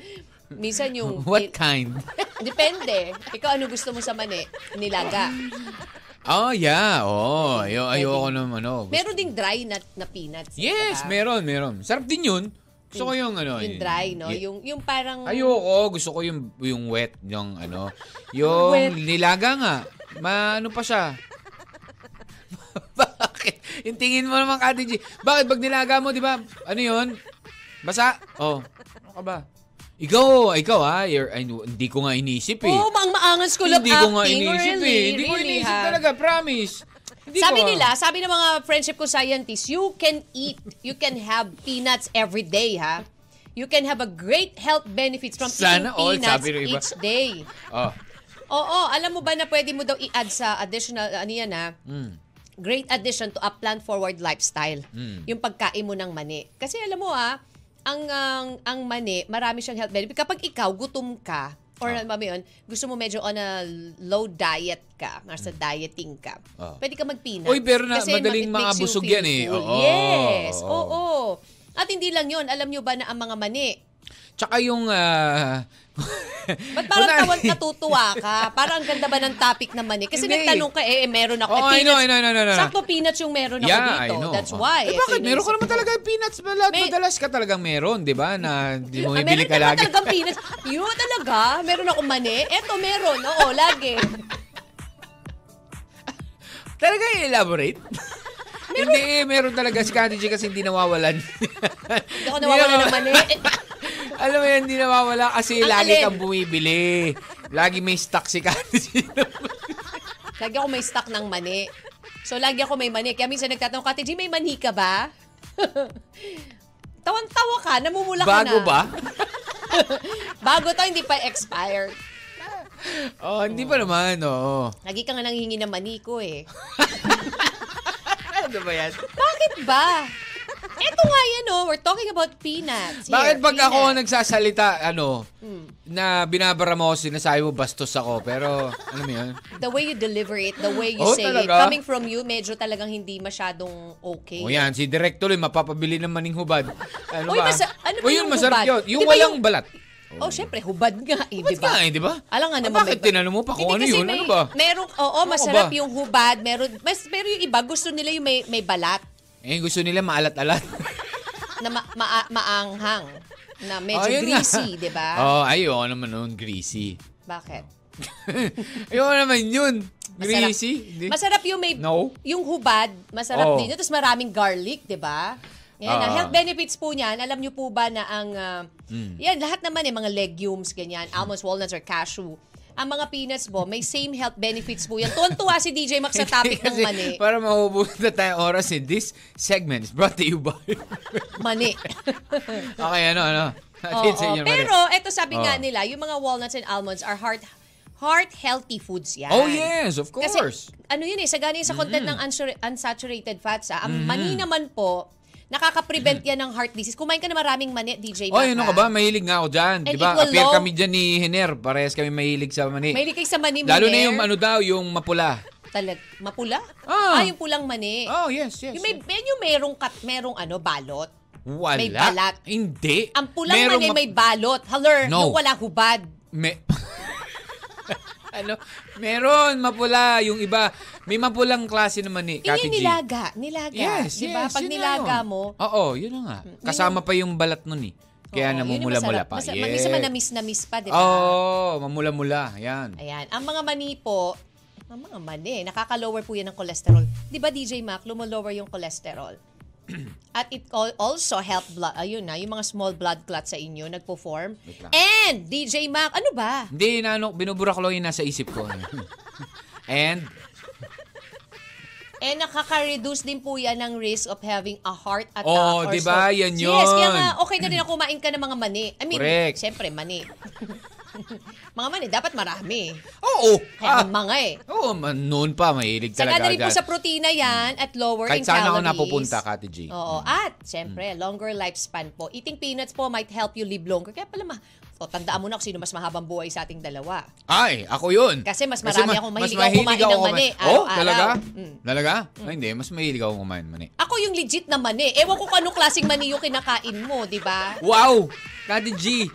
Speaker 3: Minsan yung...
Speaker 2: What kind?
Speaker 3: Depende. Ikaw ano gusto mo sa mani? Nilaga.
Speaker 2: Oh, yeah. Oh, ayo ayoko
Speaker 3: Pwede.
Speaker 2: naman. Ano.
Speaker 3: Meron ding dry nut na peanuts.
Speaker 2: Yes,
Speaker 3: diba?
Speaker 2: meron, meron. Sarap din yun. Gusto ko yung ano.
Speaker 3: Yung dry, no?
Speaker 2: y-
Speaker 3: Yung, yung parang...
Speaker 2: Ayoko, gusto ko yung yung wet, yung ano, yung
Speaker 3: Wet.
Speaker 2: nilaga nga. Maano pa siya? Bakit? Yung tingin mo naman, Kati G. Bakit pag nilaga mo, di ba? Ano yun? Basa? Oh. Ano ka ba? Ikaw, ikaw ha. You're, ay, hindi ko nga inisip eh.
Speaker 3: Oh, maang maangas ko lang
Speaker 2: hindi
Speaker 3: acting.
Speaker 2: ko nga inisip
Speaker 3: really,
Speaker 2: eh. Hindi ko
Speaker 3: really,
Speaker 2: inisip
Speaker 3: ha?
Speaker 2: talaga, promise. Hindi
Speaker 3: sabi
Speaker 2: ko-
Speaker 3: nila, sabi ng mga friendship ko scientists, you can eat, you can have peanuts every day, ha? You can have a great health benefits from
Speaker 2: Sana
Speaker 3: eating
Speaker 2: all,
Speaker 3: peanuts
Speaker 2: sabi ng iba.
Speaker 3: each day.
Speaker 2: Oh.
Speaker 3: Oo, alam mo ba na pwede mo daw i-add sa additional, ano yan ha?
Speaker 2: hmm.
Speaker 3: Great addition to a plant-forward lifestyle.
Speaker 2: Hmm.
Speaker 3: Yung pagkain mo ng mani. Kasi alam mo ha, ang, ang, ang mani, marami siyang health benefit. Kapag ikaw, gutom ka, or
Speaker 2: Ah.
Speaker 3: ano ba yun, gusto mo medyo on a low diet ka, nasa dieting ka,
Speaker 2: Hmm. Ah.
Speaker 3: pwede ka mag-peanuts.
Speaker 2: Uy, pero na-
Speaker 3: Kasi
Speaker 2: madaling
Speaker 3: ma- it makes you
Speaker 2: maabusog
Speaker 3: feel
Speaker 2: yan eh.
Speaker 3: full.
Speaker 2: Oo.
Speaker 3: Yes, oo.
Speaker 2: Oo.
Speaker 3: At hindi lang yun, alam nyo ba na ang mga mani,
Speaker 2: Tsaka yung... ah,
Speaker 3: Ba't parang
Speaker 2: kunwari-
Speaker 3: tawag natutuwa ka? Parang ang ganda ba ng topic ng money? Kasi
Speaker 2: Hindi.
Speaker 3: nagtanong ka, eh, eh, meron ako.
Speaker 2: Oh,
Speaker 3: eh,
Speaker 2: I know, I know, I know, I know, I know.
Speaker 3: Sakto peanuts yung meron ako
Speaker 2: yeah, I
Speaker 3: dito.
Speaker 2: know.
Speaker 3: That's
Speaker 2: Oh. Eh,
Speaker 3: why. Ito
Speaker 2: bakit? Meron ka
Speaker 3: yung naisip
Speaker 2: naman
Speaker 3: ko.
Speaker 2: talaga yung peanuts ba? Lahat
Speaker 3: May-
Speaker 2: madalas ka talagang meron, di ba? Na di mo ibili
Speaker 3: Ah, meron
Speaker 2: ka
Speaker 3: naman
Speaker 2: lagi.
Speaker 3: talagang peanuts. Yun talaga? Meron akong mani? Eto, meron. Oo, lagi.
Speaker 2: Talaga elaborate? hindi, eh, meron talaga si Kati G kasi hindi nawawalan.
Speaker 3: Hindi ako nawawala ng mani. Eh,
Speaker 2: Alam mo yan, hindi nawawala kasi
Speaker 3: Ang
Speaker 2: lagi
Speaker 3: alin?
Speaker 2: kang bumibili. Lagi may stock si Kati G.
Speaker 3: Lagi ako may stock ng mani. So, lagi ako may mani. Kaya minsan nagtatanong, Kati G, may mani ka ba? Tawan-tawa ka, namumula ka na.
Speaker 2: Bago ba?
Speaker 3: Bago to, hindi pa expired.
Speaker 2: Oh, hindi pa naman, oo.
Speaker 3: Lagi ka nga nanghingi ng mani ko eh.
Speaker 2: Ano ba yan?
Speaker 3: Bakit ba? Eto nga yan oh, we're talking about peanuts. Here, Hmm.
Speaker 2: Bakit pag ako
Speaker 3: peanuts.
Speaker 2: nagsasalita, ano, na binabara mo ako, sinasabi mo bastos ako, pero ano mo yun?
Speaker 3: The way you deliver it, the way you
Speaker 2: Oh,
Speaker 3: say it,
Speaker 2: talaga? Oh,
Speaker 3: coming from you, medyo talagang hindi masyadong okay.
Speaker 2: O yan, si Direk tuloy, mapapabili ng maning hubad. Ano
Speaker 3: Uy,
Speaker 2: ba?
Speaker 3: masa- ano ba
Speaker 2: Uy,
Speaker 3: yung
Speaker 2: masarap
Speaker 3: hubad?
Speaker 2: yun. Yung
Speaker 3: Di ba
Speaker 2: walang
Speaker 3: yung-
Speaker 2: balat. O
Speaker 3: Oh, syempre, hubad nga eh, di
Speaker 2: Ba't
Speaker 3: ba?
Speaker 2: nga eh, di ba?
Speaker 3: Alam nga
Speaker 2: Ah,
Speaker 3: naman.
Speaker 2: Bakit
Speaker 3: may-
Speaker 2: tinanong mo pa kung
Speaker 3: Hindi,
Speaker 2: ano
Speaker 3: kasi
Speaker 2: yun?
Speaker 3: may-
Speaker 2: Ano ba?
Speaker 3: Merong, oo,
Speaker 2: Ano
Speaker 3: masarap
Speaker 2: ba?
Speaker 3: yung hubad. Meron, mas, pero yung iba, gusto nila yung may, may balat
Speaker 2: Eh, gusto nila maalat-alat.
Speaker 3: na ma, maa- maanghang. Na
Speaker 2: Oh,
Speaker 3: medyo
Speaker 2: yun nga.
Speaker 3: greasy, di ba?
Speaker 2: Oo, oh, ayaw naman nun, greasy.
Speaker 3: Bakit?
Speaker 2: ayaw naman yun.
Speaker 3: Masarap.
Speaker 2: Greasy. Hindi.
Speaker 3: Masarap yung may
Speaker 2: No.
Speaker 3: yung hubad, masarap
Speaker 2: Oo.
Speaker 3: din. yun. Tapos maraming garlic, 'di ba? Ngayon, ang
Speaker 2: Ah.
Speaker 3: health benefits po niyan, alam niyo po ba na ang ah,
Speaker 2: Hmm.
Speaker 3: yan lahat naman eh mga legumes ganyan, almonds, walnuts or cashew. Ang mga peanuts po, may same health benefits po yan. Tuwan-tuwa si DJ Max sa topic ng
Speaker 2: Kasi
Speaker 3: mani.
Speaker 2: Para maubos na tayong oras eh. This segment is brought to you by...
Speaker 3: Mani.
Speaker 2: okay, ano, ano?
Speaker 3: Oo,
Speaker 2: Atin sa inyo, Oh. Maria.
Speaker 3: Pero, eto sabi nga
Speaker 2: Oo.
Speaker 3: nila, yung mga walnuts and almonds are heart heart healthy foods yan.
Speaker 2: Oh, yes, of
Speaker 3: Kasi,
Speaker 2: course.
Speaker 3: ano yun eh, sagana yun sa content ng unsur- unsaturated fats. Ah. Ang mani naman po, nakaka-prevent yan ng heart disease. Kumain ka na maraming mani, DJ.
Speaker 2: oh,
Speaker 3: Mac,
Speaker 2: yun
Speaker 3: ah.
Speaker 2: ka ba? Mahilig nga ako dyan.
Speaker 3: And
Speaker 2: Di ba?
Speaker 3: it will
Speaker 2: Appear
Speaker 3: low-
Speaker 2: kami dyan ni Hiner. Parehas kami mahilig sa mani.
Speaker 3: Mahilig kayo sa mani
Speaker 2: Lalo na
Speaker 3: Miner?
Speaker 2: yung ano daw, yung mapula.
Speaker 3: Talag, mapula?
Speaker 2: Ah.
Speaker 3: yung pulang mani.
Speaker 2: Oh, yes, yes.
Speaker 3: yung may, medyo merong, kat, merong ano, balot.
Speaker 2: Wala.
Speaker 3: may balat.
Speaker 2: Hindi.
Speaker 3: Ang pulang
Speaker 2: Merong
Speaker 3: mani
Speaker 2: map-
Speaker 3: may balot. Haller,
Speaker 2: No.
Speaker 3: yung wala hubad.
Speaker 2: Me- ano? Meron, mapula. Yung iba, may mapulang klase naman ni
Speaker 3: Yun
Speaker 2: Kati
Speaker 3: yung
Speaker 2: G.
Speaker 3: nilaga. Nilaga.
Speaker 2: Yes,
Speaker 3: Diba?
Speaker 2: yes.
Speaker 3: Pag
Speaker 2: yun na
Speaker 3: nilaga
Speaker 2: yun.
Speaker 3: mo, Mm,
Speaker 2: Oo, yun na nga. Kasama pa yung balat nun eh. Kaya
Speaker 3: oo, yun yung
Speaker 2: namumula-mula
Speaker 3: masarap.
Speaker 2: pa.
Speaker 3: Masa-
Speaker 2: Yes.
Speaker 3: Minsan man namis-namis pa, di ba?
Speaker 2: Oo, mamula-mula. Yan.
Speaker 3: Ayan. Ang mga mani po, ang mga mani, nakaka-lower po yan ng cholesterol. Di ba, DJ Mac, lumo-lower yung cholesterol? At it al- also help blood, ayun na, yung mga small blood clots sa inyo nagpo-form.
Speaker 2: Wait lang.
Speaker 3: And, DJ Mac, ano ba?
Speaker 2: Hindi, inaano, binubura ko lang yung nasa isip ko. And,
Speaker 3: Eh, nakaka-reduce din po yan ng risk of having a heart attack
Speaker 2: Oo, Oh,
Speaker 3: or
Speaker 2: di ba?
Speaker 3: stroke.
Speaker 2: Yan
Speaker 3: Yes, kaya
Speaker 2: yun.
Speaker 3: nga, okay na rin na kumain ka ng mga mani. I mean,
Speaker 2: Correct.
Speaker 3: syempre, mani. mga mani, dapat marami.
Speaker 2: oo. Ah,
Speaker 3: Kaya mga eh.
Speaker 2: oo, man, noon pa, mahilig
Speaker 3: Saka
Speaker 2: talaga.
Speaker 3: na rin po
Speaker 2: agad.
Speaker 3: sa protina yan at lower
Speaker 2: Kahit
Speaker 3: in calories.
Speaker 2: saan ako napupunta, Kati G.
Speaker 3: Oo. At, syempre,
Speaker 2: Mm.
Speaker 3: longer lifespan po. Eating peanuts po might help you live longer. Kaya pala, ma o, tandaan mo na kung sino mas mahabang buhay sa ating dalawa.
Speaker 2: Ay, ako yun.
Speaker 3: Kasi mas marami akong mahilig ako kumain ng mani
Speaker 2: Oh,
Speaker 3: araw-araw.
Speaker 2: talaga?
Speaker 3: Mm.
Speaker 2: Talaga? Ay, hindi, mas mahilig ako kumain ng mani.
Speaker 3: Ako yung legit na mani. Ewan ko kung anong klaseng mani yung kinakain mo, di ba?
Speaker 2: Wow! Kati G,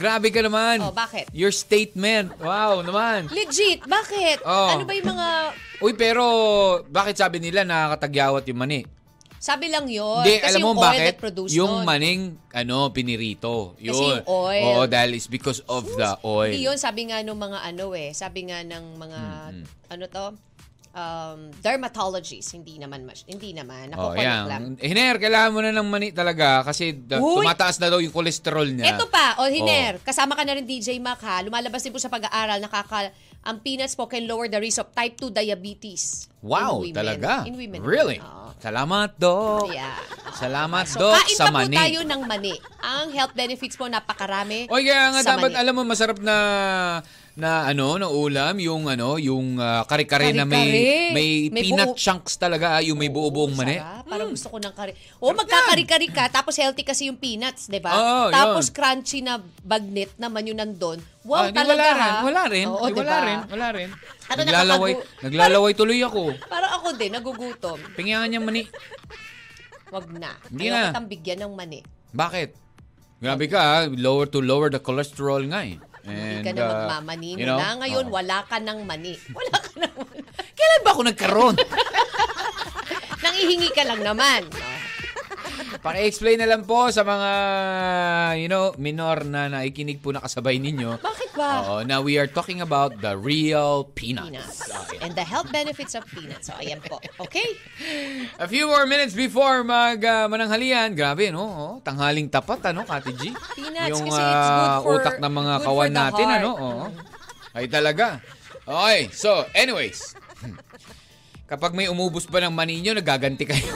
Speaker 2: grabe ka naman.
Speaker 3: Oh, bakit?
Speaker 2: Your statement. Wow, naman.
Speaker 3: Legit? Bakit?
Speaker 2: Oo.
Speaker 3: Ano ba yung mga...
Speaker 2: Uy, pero bakit sabi nila nakakatagyawat yung mani?
Speaker 3: Sabi lang yun.
Speaker 2: Hindi, alam
Speaker 3: kasi
Speaker 2: mo
Speaker 3: yung oil
Speaker 2: bakit?
Speaker 3: produce
Speaker 2: Yung
Speaker 3: nun.
Speaker 2: maning, ano, pinirito. Yun.
Speaker 3: yung oil.
Speaker 2: Oo, dahil it's because of the oil.
Speaker 3: Hindi yun, sabi nga ng mga ano eh, sabi nga ng mga, ano to, um, dermatologists, hindi naman, mas, hindi naman,
Speaker 2: Oh,
Speaker 3: nakukunik lang.
Speaker 2: yan. Hiner, kailangan mo na ng mani talaga kasi da-
Speaker 3: Uy!
Speaker 2: tumataas na daw yung cholesterol niya.
Speaker 3: Ito pa, o
Speaker 2: Oh.
Speaker 3: Hiner, kasama ka na rin DJ Mac ha, lumalabas din po sa pag-aaral, nakaka, ang peanuts po can lower the risk of type 2 diabetes.
Speaker 2: Wow,
Speaker 3: in women.
Speaker 2: talaga?
Speaker 3: In women.
Speaker 2: Really?
Speaker 3: Oo.
Speaker 2: Salamat, Doc.
Speaker 3: Yeah.
Speaker 2: Salamat,
Speaker 3: So,
Speaker 2: Doc,
Speaker 3: kain
Speaker 2: sa
Speaker 3: pa po
Speaker 2: mani.
Speaker 3: tayo ng mani. Ang health benefits po, napakarami.
Speaker 2: Oy, kaya Oh, nga
Speaker 3: sa
Speaker 2: dapat
Speaker 3: mani.
Speaker 2: alam mo masarap na na ano, na ulam, yung ano, yung ah, kare-kare na may
Speaker 3: Kare-kare.
Speaker 2: may,
Speaker 3: May
Speaker 2: peanut
Speaker 3: buo-
Speaker 2: chunks talaga, ah, yung may buo-buong mani. Hmm.
Speaker 3: Sarap. Parang gusto ko ng kari. O, magkakari-kari ka, tapos healthy kasi yung peanuts, di ba?
Speaker 2: Oo, yun.
Speaker 3: tapos crunchy na bagnet naman yun nandun. Wow,
Speaker 2: Ah, di,
Speaker 3: talaga
Speaker 2: wala rin,
Speaker 3: ha?
Speaker 2: wala rin,
Speaker 3: Oo,
Speaker 2: di,
Speaker 3: di
Speaker 2: wala
Speaker 3: ba?
Speaker 2: rin, wala rin.
Speaker 3: Ano,
Speaker 2: naglalaway,
Speaker 3: nakakagu-
Speaker 2: naglalaway tuloy ako.
Speaker 3: Parang ako din, nagugutom.
Speaker 2: Pingyangan niya mani.
Speaker 3: Wag na.
Speaker 2: Hindi
Speaker 3: Ayaw
Speaker 2: na.
Speaker 3: kitang bigyan ng mani.
Speaker 2: Bakit? Grabe ka, ah, lower to lower the cholesterol nga eh.
Speaker 3: Hindi
Speaker 2: And,
Speaker 3: ka na
Speaker 2: ah,
Speaker 3: magmamani
Speaker 2: you know, oh.
Speaker 3: mula ngayon,
Speaker 2: oo.
Speaker 3: wala ka ng mani. Wala ka ng mani.
Speaker 2: Kailan ba ako nagkaroon?
Speaker 3: Nangihingi ka lang naman. Oh.
Speaker 2: Paki-explain na lang po sa mga, you know, minor na naikinig po nakasabay ninyo.
Speaker 3: Bakit ba?
Speaker 2: Oo, na we are talking about the real peanuts.
Speaker 3: Peanuts.
Speaker 2: Ah, yeah.
Speaker 3: And the health benefits of peanuts. So, ayan po. Okay?
Speaker 2: A few more minutes before mag ah, mananghalian. Grabe, no? Oh, tanghaling tapat, ano, Kati G?
Speaker 3: Peanuts,
Speaker 2: Yung
Speaker 3: kasi it's good
Speaker 2: ah,
Speaker 3: for-
Speaker 2: utak ng mga
Speaker 3: good
Speaker 2: kawan
Speaker 3: for the
Speaker 2: natin,
Speaker 3: heart.
Speaker 2: ano? Oo. Ay, talaga. Okay, so, anyways. Kapag may umubos pa ng mani nyo, nagaganti kayo.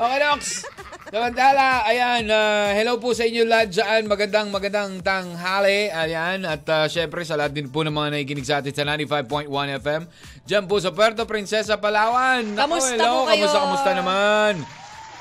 Speaker 2: okay, Nox. Samantala, ayan, ah, hello po sa inyo lahat dyan. Magandang, magandang tanghali. Ayan, at ah, syempre sa lahat din po ng mga nakikinig sa atin sa 95.1 FM. Diyan po sa Puerto Princesa, Palawan. Naku,
Speaker 3: Kamusta
Speaker 2: hello,
Speaker 3: po kayo?
Speaker 2: Kamusta, kamusta naman?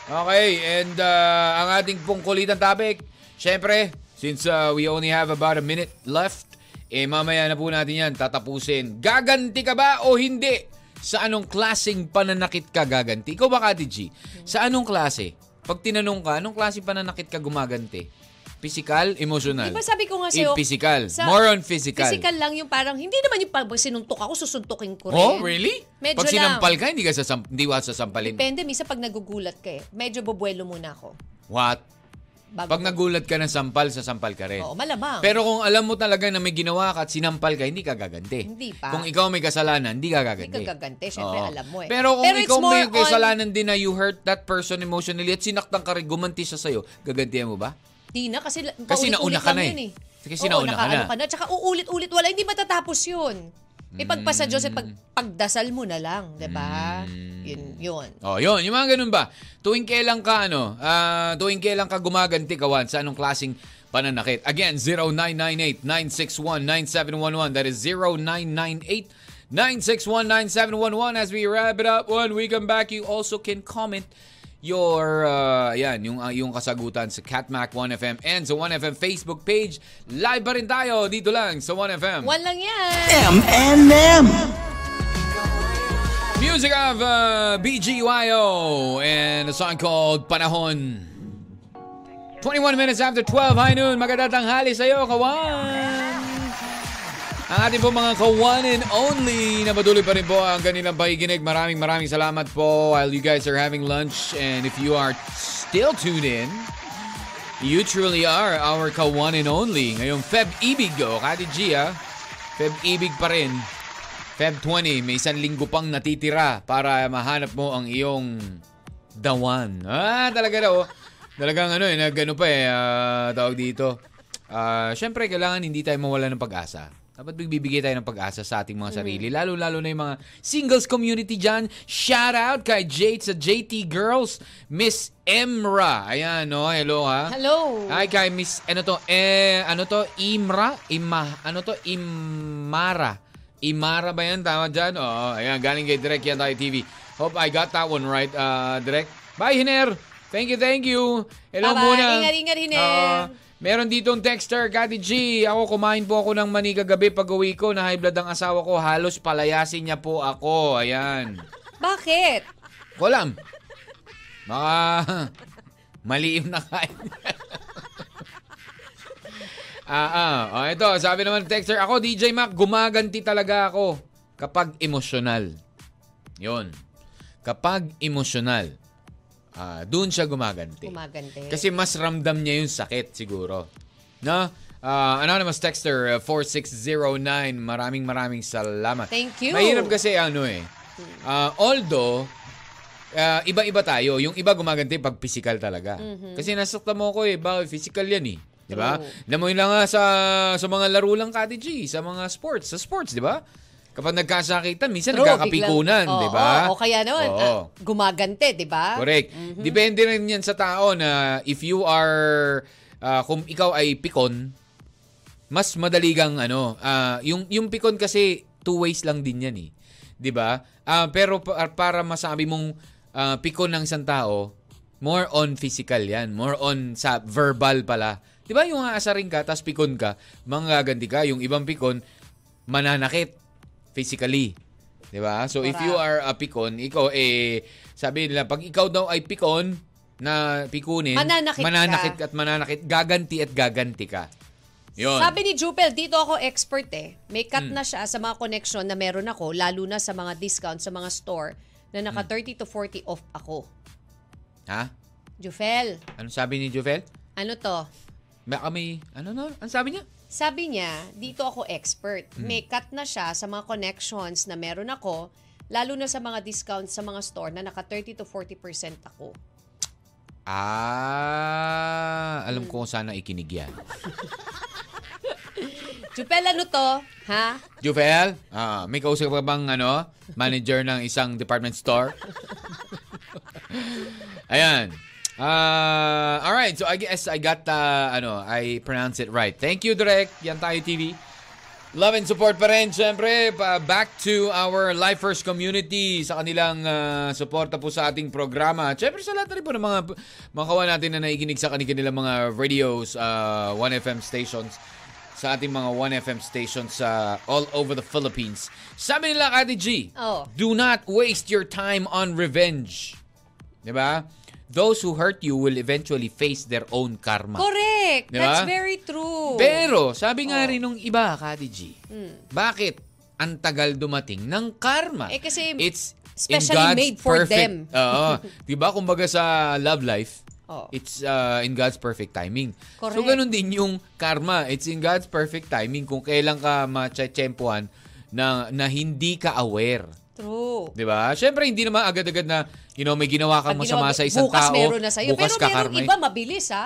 Speaker 2: Okay, and ah, ang ating pong kulitan topic, syempre, since ah, we only have about a minute left, eh mamaya na po natin yan, tatapusin. Gaganti ka ba o hindi? Sa anong klaseng pananakit ka gaganti? Ikaw ba, Kati G? Sa anong klase? Pag tinanong ka, anong klase pananakit ka gumaganti? Physical, emotional.
Speaker 3: Di ba sabi ko nga sa'yo?
Speaker 2: physical.
Speaker 3: sa-
Speaker 2: More on physical.
Speaker 3: Physical lang yung parang, hindi naman yung pag sinuntok ako, susuntukin ko rin.
Speaker 2: Oh, really?
Speaker 3: Medyo
Speaker 2: Pag
Speaker 3: lang.
Speaker 2: sinampal ka, hindi ka sasam, hindi ka sasampalin.
Speaker 3: Depende, misa pag nagugulat ka eh. Medyo bobuelo muna ako.
Speaker 2: What?
Speaker 3: Bago
Speaker 2: Pag nagulat ka ng sampal, sasampal ka rin.
Speaker 3: Oo, malamang.
Speaker 2: Pero kung alam mo talaga na may ginawa ka at sinampal ka, hindi ka gaganti.
Speaker 3: Hindi pa.
Speaker 2: Kung ikaw may kasalanan, hindi ka gaganti.
Speaker 3: Hindi ka gaganti, syempre, alam mo eh.
Speaker 2: Pero kung
Speaker 3: Pero it's
Speaker 2: ikaw may
Speaker 3: more on-
Speaker 2: kasalanan din na you hurt that person emotionally at sinaktan ka rin, gumanti siya sa'yo, gagantihan mo ba?
Speaker 3: Di na, kasi la-
Speaker 2: Kasi
Speaker 3: paulit-ulit
Speaker 2: nauna ka
Speaker 3: lang
Speaker 2: na
Speaker 3: yun
Speaker 2: eh. Kasi
Speaker 3: Oo,
Speaker 2: nauna ka
Speaker 3: nakaano
Speaker 2: na.
Speaker 3: ka na. Tsaka uulit-ulit, wala, hindi matatapos yun. Ipagpasa Diyos at
Speaker 2: Mm.
Speaker 3: pag, pagdasal mo na lang, di ba? Yun, yun.
Speaker 2: Oh, yun. Yung mga ganun ba? Tuwing kailan ka, ano, ah, tuwing kailan ka gumaganti, kawan, sa anong klaseng pananakit? Again, 0998-961-9711. That is 0998-961-9711. As we wrap it up, when we come back, you also can comment your uh, yan yung ah, yung kasagutan sa Catmac 1FM and sa 1FM Facebook page live pa rin tayo dito lang sa 1FM
Speaker 3: One lang yan.
Speaker 1: M and M.
Speaker 2: Music of uh, BGYO and a song called Panahon. 21 minutes after 12, high noon. Magandang tanghali sa'yo, kawan! Ang ating po mga kawan and only na patuloy pa rin po ang kanilang pakikinig. Maraming maraming salamat po while you guys are having lunch and if you are still tuned in, you truly are our kawan and only. Ngayong Feb Ibig, oh, Kati G, ah. Feb Ibig pa rin. Feb 20, may isang linggo pang natitira para mahanap mo ang iyong dawan. Ah, talaga daw. Talagang ano eh, nagano pa eh, ah, tawag dito. Ah, Siyempre, kailangan hindi tayo mawala ng pag-asa. Dapat bibigay tayo ng pag-asa sa ating mga sarili. Lalo-lalo na yung mga singles community dyan. Shout out kay Jade sa JT Girls, Miss Emra. Ayan, no? Hello, ha?
Speaker 3: Hello.
Speaker 2: Hi kay Miss ano to eh ano to Imra Ima ano to Imara Imara ba yan tama dyan? Oo, ayan galing kay Direk yan tayo TV. Hope I got that one right uh, Direk. Bye Hiner. Thank you, thank you. Hello
Speaker 3: Bye-bye.
Speaker 2: muna.
Speaker 3: Ingat-ingat, Hiner.
Speaker 2: Oo. meron ditong texter, Kati G. Ako kumain po ako ng mani kagabi pag uwi ko. Na high blood ang asawa ko. Halos palayasin niya po ako. Ayan.
Speaker 3: Bakit?
Speaker 2: Ko alam. Baka mali yung nakain. ah, ah. Oh, ito, sabi naman ng texter, ako DJ Mac, gumaganti talaga ako kapag emosyonal. Yon. Kapag emosyonal, ah, doon siya gumaganti.
Speaker 3: Gumagante.
Speaker 2: Kasi mas ramdam niya yung sakit siguro. No? Ah, anonymous texter uh, 4609, maraming maraming salamat.
Speaker 3: Thank you.
Speaker 2: Mahirap kasi ano eh. Ah, although, ah, iba-iba tayo. Yung iba gumaganti pag physical talaga. Kasi nasaktan mo ko eh. Bakit physical yan eh. Di ba?
Speaker 3: Mm-hmm. True.
Speaker 2: Alam mo yun lang nga sa, sa mga laro lang, Kati G, sa mga sports. Sa sports, di ba? Kapag nagkasakitan, minsan
Speaker 3: True,
Speaker 2: nagkakapikunan,
Speaker 3: biglang-
Speaker 2: di ba?
Speaker 3: Oo, oo, kaya naman,
Speaker 2: Oo.
Speaker 3: ah, gumagante, di ba?
Speaker 2: Correct. Depende rin yan sa tao na if you are, ah, kung ikaw ay pikon, mas madali kang ano, ah, yung, yung pikon kasi two ways lang din yan eh. 'Di ba? Ah, pero pa- para masabi mong ah, pikon ng isang tao, more on physical yan, more on sa verbal pala. 'Di ba yung aasarin ka tapos pikon ka, manggaganti ka, yung ibang pikon mananakit physically. 'Di ba? So if
Speaker 3: Correct.
Speaker 2: you are a pikon, ikaw eh sabi nila pag ikaw daw ay pikon na pikunin,
Speaker 3: Mananakit ka.
Speaker 2: mananakit at mananakit, gaganti at gaganti ka. Yun. Mm.
Speaker 3: Sabi ni Jupel, dito ako expert eh. May cut na siya sa mga connection na meron ako, lalo na sa mga discount sa mga store na
Speaker 2: Mm.
Speaker 3: naka 30 to 40 off ako.
Speaker 2: ha?
Speaker 3: Jufel,
Speaker 2: Ano sabi ni Jovel?
Speaker 3: ano to?
Speaker 2: May kami, ano na? Ano sabi niya?
Speaker 3: Sabi niya, dito ako expert.
Speaker 2: Hmm.
Speaker 3: May cut na siya sa mga connections na meron ako, lalo na sa mga discounts sa mga store na naka 30 to 40% ako.
Speaker 2: Ah, alam ko kung saan ikinig yan.
Speaker 3: Jupel, ano to? Ha?
Speaker 2: Jovel, ah, may kausap ka bang ano, manager ng isang department store? Ayan. Ah, all right. So I guess I got uh, ano, I pronounced it right. Thank you, Direk. Yan tayo TV. Love and support pa rin, syempre. Pa- back to our Life First community sa kanilang ah, suporta po sa ating programa. Syempre sa lahat na rin po ng mga, mga kawan natin na naikinig sa kanilang mga radios, ah, 1FM stations sa ating mga 1FM stations sa all over the Philippines. Sabi nila, Ate G,
Speaker 3: Oo.
Speaker 2: do not waste your time on revenge. 'Di ba? those who hurt you will eventually face their own karma.
Speaker 3: Correct.
Speaker 2: Di
Speaker 3: Oh. That's
Speaker 2: ba?
Speaker 3: very true.
Speaker 2: Pero, sabi nga rin nung iba, Kati G,
Speaker 3: Hmm.
Speaker 2: bakit ang tagal dumating ng karma?
Speaker 3: Eh, kasi
Speaker 2: it's
Speaker 3: specially
Speaker 2: in God's
Speaker 3: made for
Speaker 2: perfect,
Speaker 3: them.
Speaker 2: Oo. Di ba? Kumbaga sa love life,
Speaker 3: Oo.
Speaker 2: it's uh, in God's perfect timing. So,
Speaker 3: Oh. Correct.
Speaker 2: ganun din yung karma. It's in God's perfect timing kung kailan ka machachempuan na, na hindi ka aware.
Speaker 3: True.
Speaker 2: 'Di ba? Syempre hindi naman agad-agad na you know may ginawa kang
Speaker 3: Pag
Speaker 2: masama
Speaker 3: ginawa-
Speaker 2: sa isang tao.
Speaker 3: bukas meron na sa'yo.
Speaker 2: Bukas
Speaker 3: Pero meron
Speaker 2: kakarmahin.
Speaker 3: iba mabilis ha.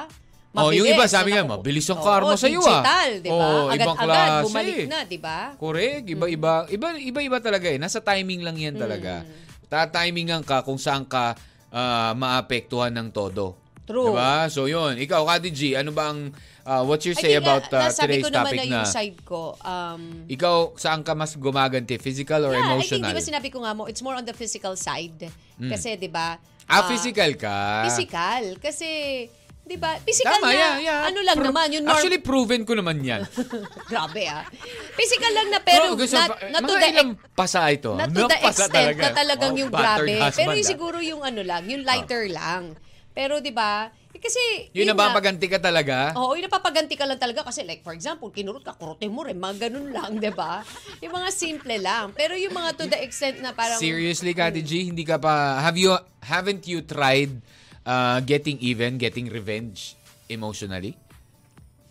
Speaker 2: Oh, yung iba, sabi
Speaker 3: Naku-
Speaker 2: nga, mabilis ang karma
Speaker 3: Oo,
Speaker 2: sa'yo, ah.
Speaker 3: Digital, di ba?
Speaker 2: Oo,
Speaker 3: Agad-agad,
Speaker 2: ibang klase.
Speaker 3: bumalik na, di ba?
Speaker 2: Correct. Iba-iba.
Speaker 3: Mm-hmm.
Speaker 2: Iba, iba-iba talaga eh. Nasa timing lang yan talaga. Tatimingan ka kung saan ka ah, maapektuhan ng todo.
Speaker 3: True.
Speaker 2: Diba? So yun, ikaw, Kati G, ano ba ang, ah, what you say
Speaker 3: I think,
Speaker 2: about ah,
Speaker 3: ah, nasabi
Speaker 2: today's
Speaker 3: ko naman
Speaker 2: topic
Speaker 3: na
Speaker 2: na,
Speaker 3: yung side ko. Um,
Speaker 2: ikaw, saan ka mas gumaganti? Physical or
Speaker 3: yeah,
Speaker 2: emotional?
Speaker 3: I think, di ba sinabi ko nga mo, it's more on the physical side. Kasi, di ba?
Speaker 2: ah,
Speaker 3: ah,
Speaker 2: physical ka.
Speaker 3: Physical. Kasi, di ba? Physical
Speaker 2: Tama,
Speaker 3: na.
Speaker 2: yeah, yeah.
Speaker 3: Ano lang
Speaker 2: Pro-
Speaker 3: naman, yung norm-
Speaker 2: Actually, proven ko naman yan.
Speaker 3: Grabe ah. Physical lang na pero
Speaker 2: Oh, gusto-
Speaker 3: not, not to
Speaker 2: mga
Speaker 3: the
Speaker 2: ilang pasa ito.
Speaker 3: not to
Speaker 2: Ilang
Speaker 3: the
Speaker 2: pasa
Speaker 3: extent na talagang
Speaker 2: Wow,
Speaker 3: yung
Speaker 2: battered
Speaker 3: grabe.
Speaker 2: Oh, husband,
Speaker 3: Pero yung
Speaker 2: ah.
Speaker 3: siguro yung ano lang, yung lighter lang. Pero 'di ba? Eh, kasi
Speaker 2: Yun,
Speaker 3: nga. Oh,
Speaker 2: nababaganti ka talaga?
Speaker 3: Oo, yung napapaganti ka lang talaga kasi like for example, kinurot ka, kurote mo rin, mga ganun lang, 'di ba? Yung mga simple lang. Pero yung mga to the extent na parang
Speaker 2: Seriously, Kati G, hindi ka pa... Have you, haven't you tried uh, getting even, getting revenge emotionally?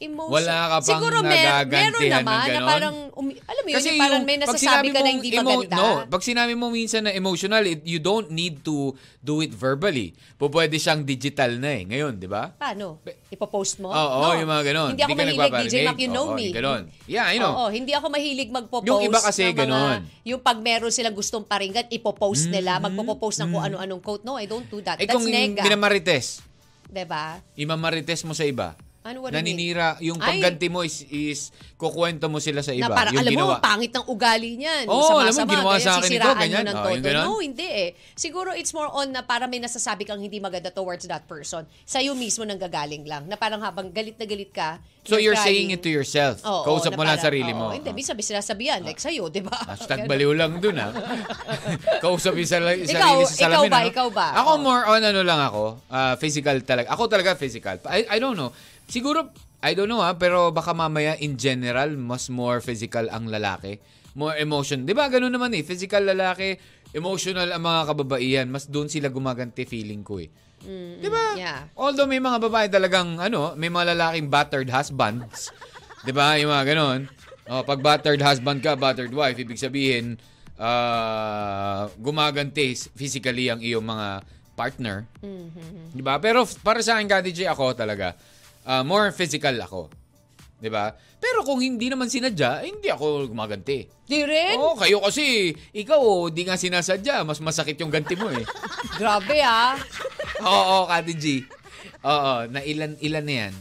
Speaker 3: emotion.
Speaker 2: Wala ka pang
Speaker 3: Siguro mer- meron
Speaker 2: nagagantihan ng
Speaker 3: naman na
Speaker 2: ganun?
Speaker 3: parang umi- alam mo yun, yung parang may
Speaker 2: yung- pag
Speaker 3: nasasabi
Speaker 2: sinabi
Speaker 3: ka na
Speaker 2: mong
Speaker 3: hindi
Speaker 2: emo-
Speaker 3: maganda.
Speaker 2: No, pag sinabi mo minsan na emotional, it- you don't need to do it verbally. Pwede siyang digital na eh. Ngayon, di ba?
Speaker 3: Paano? Ipopost mo?
Speaker 2: Oo, yung mga ganon.
Speaker 3: Hindi ako
Speaker 2: Hindi ka
Speaker 3: mahilig, DJ
Speaker 2: nagpaparinig.
Speaker 3: Mac, you know
Speaker 2: Oo,
Speaker 3: me.
Speaker 2: yung ganon. Yeah, I know.
Speaker 3: Oo, hindi ako mahilig magpo-post
Speaker 2: Yung iba kasi
Speaker 3: ng mga-
Speaker 2: ganon. Hmm.
Speaker 3: Yung pag meron silang gustong paringgan, ipopost nila, magpo-post ng kung ano-anong quote. No, I don't do that.
Speaker 2: Eh
Speaker 3: That's
Speaker 2: kung
Speaker 3: nega.
Speaker 2: minamarites,
Speaker 3: diba?
Speaker 2: imamarites mo sa iba.
Speaker 3: Ano, what do you mean?
Speaker 2: Naninira, yung
Speaker 3: Ay.
Speaker 2: pagganti mo is, is kukwento mo sila sa iba.
Speaker 3: Na parang,
Speaker 2: yung
Speaker 3: alam
Speaker 2: ginawa.
Speaker 3: mo, ang pangit ng ugali niyan.
Speaker 2: Oo,
Speaker 3: Sama-sama,
Speaker 2: alam mo, ginawa
Speaker 3: kaya
Speaker 2: sa akin ito,
Speaker 3: sisiraan mo
Speaker 2: ganyan. Oh,
Speaker 3: ng
Speaker 2: Oo,
Speaker 3: todo.
Speaker 2: yung ganon.
Speaker 3: No, hindi eh. Siguro it's more on na para may nasasabi kang hindi maganda towards that person. Sa'yo mismo nanggagaling lang. Na parang habang galit na galit ka.
Speaker 2: So you're saying it
Speaker 3: crying.
Speaker 2: to yourself.
Speaker 3: Oo,
Speaker 2: Kausap mo
Speaker 3: na
Speaker 2: lang
Speaker 3: parang,
Speaker 2: sarili
Speaker 3: oo,
Speaker 2: mo.
Speaker 3: Hindi,
Speaker 2: Ah.
Speaker 3: minsan may sinasabihan. Like sa'yo, di ba?
Speaker 2: Hashtag baliw lang dun ah. Kausap yung sarili,
Speaker 3: Ikaw,
Speaker 2: sarili sa
Speaker 3: ikaw
Speaker 2: salamin.
Speaker 3: ba,
Speaker 2: ano?
Speaker 3: ikaw ba?
Speaker 2: Ako
Speaker 3: Oo.
Speaker 2: more on ano lang ako, ah, physical talaga. Ako talaga physical. I, I don't know. Siguro, I don't know ah, pero baka mamaya in general, mas more physical ang lalaki. More emotion. Di ba ganun naman eh, physical lalaki, emotional ang mga kababaihan. Mas doon sila gumaganti feeling ko eh. Di ba?
Speaker 3: Mm, yeah.
Speaker 2: Although may mga babae talagang ano, may mga lalaking battered husbands. 'Di ba? Yung mga ganun. Oh, pag battered husband ka, battered wife, ibig sabihin ah, gumaganti s- physically ang iyong mga partner. 'Di ba? Pero f- para sa akin, Kati J, ako talaga ah, more physical ako. 'Di ba? Pero kung hindi naman sinadya, eh, hindi ako gumaganti.
Speaker 3: Di rin?
Speaker 2: Oo, kayo kasi, ikaw, oh, di nga sinasadya. Mas masakit yung ganti mo eh.
Speaker 3: Grabe ah.
Speaker 2: Oo, Kati G. Oo, na ilan, ilan na yan.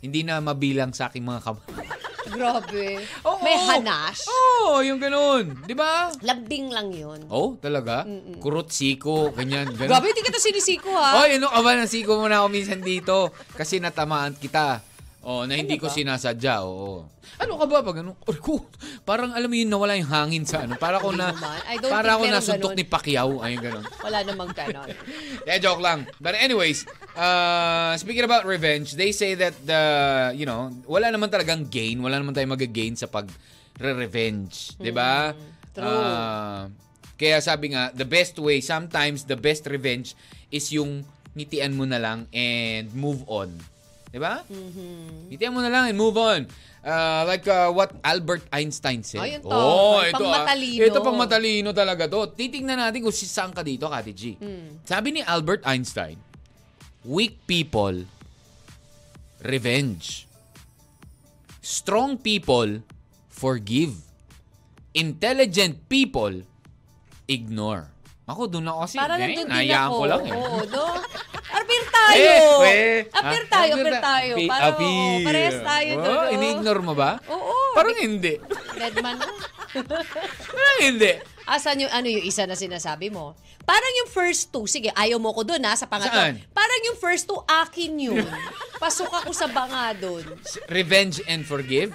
Speaker 2: Hindi na mabilang sa aking mga kamay.
Speaker 3: Grabe. May hanash.
Speaker 2: Oo, yung ganun. Di ba?
Speaker 3: Labding lang yun.
Speaker 2: Oo, oh, talaga? Kurot, siko, ganyan, ganun.
Speaker 3: Grabe, hindi kita sinisiko ah. ha.
Speaker 2: Oy, ano ka ba? Nasiko mo na ako minsan dito. Kasi natamaan kita. Oh, na hindi ko
Speaker 3: Ano ba?
Speaker 2: sinasadya, oo. Ano ka ba pag ano? Ay, ko, parang alam mo yun, nawala yung hangin sa ano. Para ko
Speaker 3: Hindi
Speaker 2: na,
Speaker 3: naman. I don't
Speaker 2: para
Speaker 3: think
Speaker 2: ako
Speaker 3: merong
Speaker 2: nasuntok
Speaker 3: ganun.
Speaker 2: ni Pacquiao. Ayun, ganun.
Speaker 3: Wala namang ganon.
Speaker 2: Yeah, joke lang. But anyways, uh, speaking about revenge, they say that the, you know, wala naman talagang gain, wala naman tayong mag-gain sa pag revenge, 'di ba?
Speaker 3: true.
Speaker 2: Ah, kaya sabi nga, the best way, sometimes the best revenge is yung ngitian mo na lang and move on. 'Di ba? Ngitian mo na lang and move on. Ah, like ah, what Albert Einstein said.
Speaker 3: Ay, yun to.
Speaker 2: Oh,
Speaker 3: Ay,
Speaker 2: ito, ah.
Speaker 3: pangmatalino.
Speaker 2: ito pang talino talaga to. Titingnan natin kung si- saan ka dito, Kati G.
Speaker 3: Hmm.
Speaker 2: Sabi ni Albert Einstein, weak people, revenge. Strong people, forgive. Intelligent people, ignore. Ako, doon ako kasi.
Speaker 3: Para lang
Speaker 2: Eh,
Speaker 3: doon din
Speaker 2: nahayaan
Speaker 3: ako.
Speaker 2: ko lang eh.
Speaker 3: Oo, no? Appear tayo.
Speaker 2: Eh, eh.
Speaker 3: Appear
Speaker 2: Ah,
Speaker 3: tayo,
Speaker 2: appear
Speaker 3: appear
Speaker 2: ta-
Speaker 3: tayo.
Speaker 2: Api-
Speaker 3: Para,
Speaker 2: api.
Speaker 3: oo, parehas tayo doon.
Speaker 2: Oh,
Speaker 3: oo.
Speaker 2: ini-ignore mo ba?
Speaker 3: Oo.
Speaker 2: Parang hindi.
Speaker 3: Redman.
Speaker 2: Parang hindi.
Speaker 3: Asan yung ano yung isa na sinasabi mo? Parang yung first two, sige, ayaw mo ko doon ha, sa pangatlo.
Speaker 2: Saan?
Speaker 3: Parang yung first two, akin yun. Pasok ako sa banga doon.
Speaker 2: Revenge and forgive.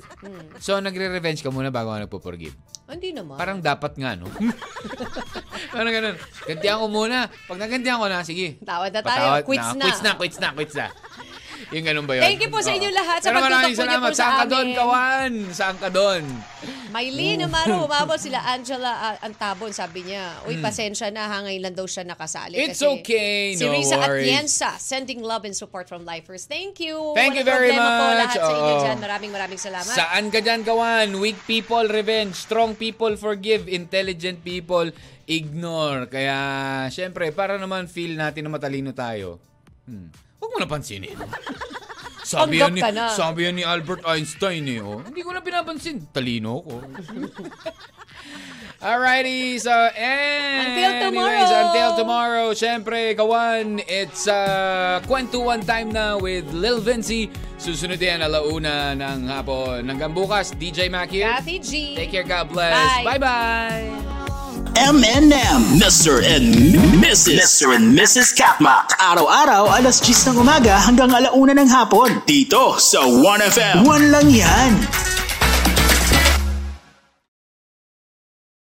Speaker 2: So, nagre-revenge ka muna bago ka nagpo-forgive.
Speaker 3: Hindi naman.
Speaker 2: Parang dapat nga, no? Parang ganun. Gantihan ko muna. Pag nagantihan ko na, sige.
Speaker 3: Tawad na
Speaker 2: Patawad
Speaker 3: tayo. Quits na.
Speaker 2: Quits na, quits na, quits na. Yung ganun ba yun?
Speaker 3: Thank you po sa
Speaker 2: Oo.
Speaker 3: inyo lahat sa
Speaker 2: Pero maraming
Speaker 3: pagtutok po niyo
Speaker 2: salamat.
Speaker 3: po sa
Speaker 2: Saan ka
Speaker 3: amin.
Speaker 2: doon, Kawan? Saan ka doon?
Speaker 3: Maylene Amaro, umabot sila Angela uh, Antabon, sabi niya. Uy, pasensya na, ha, ngayon lang daw siya nakasali.
Speaker 2: Hmm. It's
Speaker 3: kasi
Speaker 2: okay,
Speaker 3: Si
Speaker 2: no
Speaker 3: Risa
Speaker 2: worries.
Speaker 3: Atienza, sending love and support from lifers. Thank you.
Speaker 2: Thank you
Speaker 3: Walang
Speaker 2: very
Speaker 3: problema po
Speaker 2: much.
Speaker 3: lahat sa inyo
Speaker 2: Oo.
Speaker 3: dyan. Maraming maraming salamat.
Speaker 2: Saan ka dyan, Kawan? Weak people, revenge. Strong people, forgive. Intelligent people, ignore. Kaya, syempre, para naman feel natin na matalino tayo. Hmm. Huwag mo napansinin. Sabi yan,
Speaker 3: Tanggap
Speaker 2: ni,
Speaker 3: ka na.
Speaker 2: sabi yan ni Albert Einstein eh. oh. Hindi ko na pinapansin. Talino ko. Alrighty, so and
Speaker 3: Until tomorrow.
Speaker 2: anyways, until tomorrow, syempre, kawan, it's uh, kwentuhan time na with Lil Vinci. Susunod yan, alauna ng hapon. Hanggang bukas, DJ Mac here.
Speaker 3: Kathy G.
Speaker 2: Take care, God bless.
Speaker 3: Bye.
Speaker 2: Bye-bye.
Speaker 1: M&M. Mr. and Mrs. Mr. and Mrs. Katma.
Speaker 5: Araw-araw, alas 10 ng umaga hanggang alauna ng hapon.
Speaker 1: Dito sa 1FM.
Speaker 5: One lang yan.